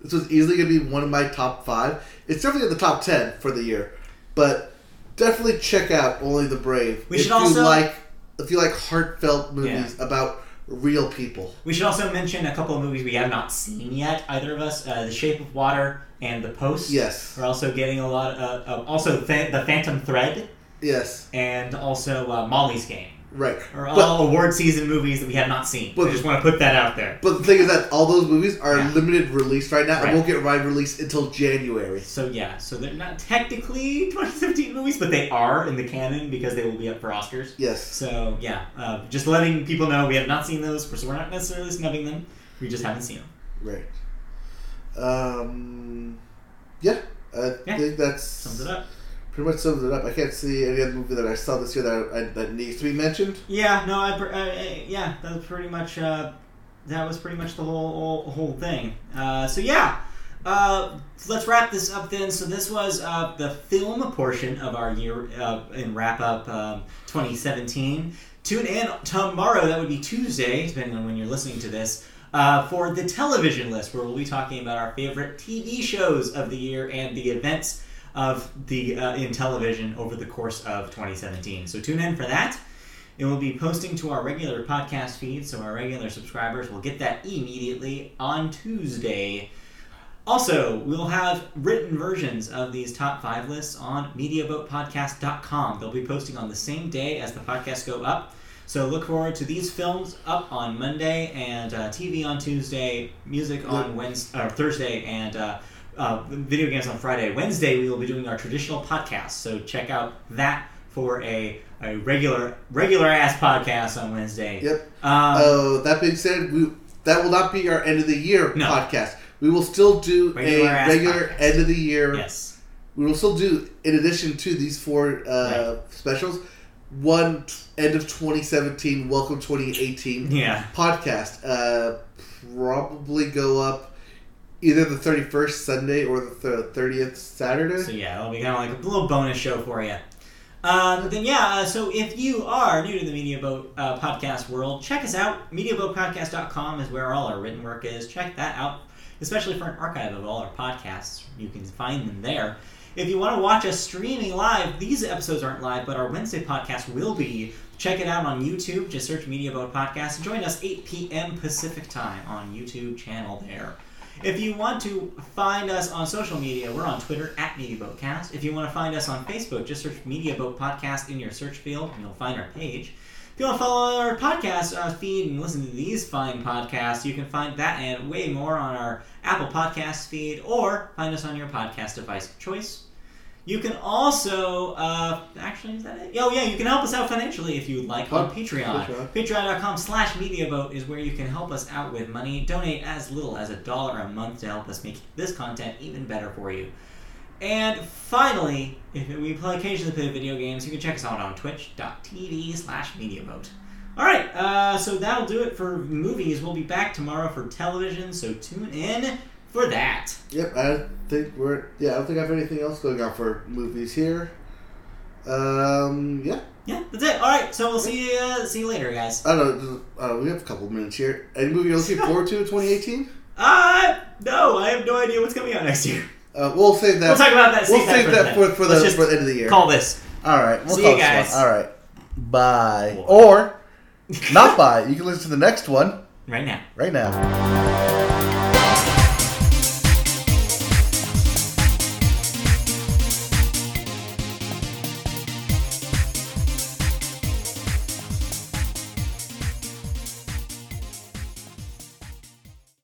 This was easily gonna be one of my top five. It's definitely in the top ten for the year, but definitely check out Only the Brave We if should you also- like if you like heartfelt movies about real people. We should also mention a couple of movies we have not seen yet, either of us. Uh, the Shape of Water and The Post. Yes, We're also getting a lot of. Uh, also, Fa- The Phantom Thread yes, and also uh, Molly's Game right. are But- all award season movies that we have not seen. But- I just want to put that out there. But the thing is that all those movies are Yeah. limited release right now Right. and won't get wide release until January. So yeah, so they're not technically 2015 movies, but they are in the canon because they will be up for Oscars. Yes. So yeah, uh, just letting people know we have not seen those, so we're not necessarily snubbing them. We just haven't seen them. Right. Um, yeah, I Yeah. think that's Sums it up. pretty much sums it up. I can't see any other movie that I saw this year that I, that needs to be mentioned. Yeah, no, I, pr- uh, uh, yeah, that was pretty much, uh, that was pretty much the whole, whole, whole thing. Uh, so yeah, uh, let's wrap this up then. So this was, uh, the film portion of our year, uh, and wrap up, um, 2017. Tune in tomorrow, that would be Tuesday, depending on when you're listening to this, uh, for the television list, where we'll be talking about our favorite TV shows of the year and the events of the, uh, in television over the course of 2017. So tune in for that. It will be posting to our regular podcast feed, so our regular subscribers will get that immediately on Tuesday. Also, we'll have written versions of these top five lists on MediaBoatPodcast.com. They'll be posting on the same day as the podcasts go up. So look forward to these films up on Monday and uh, TV on Tuesday, music on Wednesday or Thursday, and uh, uh, video games on Friday. Wednesday we will be doing our traditional podcast, so check out that for a, a regular regular ass podcast on Wednesday. Yep. Um, Uh, that being said, we that will not be our end of the year No. podcast. We will still do a Regular-ass regular podcast. end of the year. yes. We will still do, in addition to these four uh, specials, one t- end of 2017, welcome 2018. Yeah. podcast uh, probably go up either the 31st Sunday or the th- 30th Saturday. So yeah, it'll be kind of like a little bonus show for you. Um, then yeah, uh, so if you are new to the Media Boat uh, podcast world, check us out. MediaBoatPodcast.com is where all our written work is. Check that out, especially for an archive of all our podcasts. You can find them there. If you want to watch us streaming live, these episodes aren't live, but our Wednesday podcast will be. Check it out on YouTube. Just search Media Boat Podcast. and Join us 8 p.m. Pacific time on YouTube channel there. If you want to find us on social media, we're on Twitter at MediaBoatCast. If you want to find us on Facebook, just search Media Boat Podcast in your search field and you'll find our page. If you want to follow our podcast uh, feed and listen to these fine podcasts, you can find that and way more on our Apple Podcast feed or find us on your podcast device of choice. You can also, uh, actually, is that it? Oh, yeah, you can help us out financially if you would like Oh, on Patreon. Patreon. Patreon.com slash MediaVote is where you can help us out with money. Donate as little as a dollar a month to help us make this content even better for you. And finally, if we play occasionally play video games, you can check us out on twitch.tv slash MediaVote. Alright, uh, so that'll do it for movies. We'll be back tomorrow for television, so tune in for that. Yep, I don't think we're. Yeah, I don't think I have anything else going on for movies here. Um, yeah, Yeah, that's it. Alright, so we'll see you, uh, see you later, guys. I don't know. I don't know, we have a couple minutes here. Any movie you're looking forward to in 2018? Uh, no, I have no idea what's coming out next year. Uh, we'll save that. We'll talk about that. we'll save save that for that the- for, for, Let's the, just for the end of the year. Call this. All right, we'll See call you this one. guys. All right, bye. Whoa. Or not bye. You can listen to the next one Right now. right now.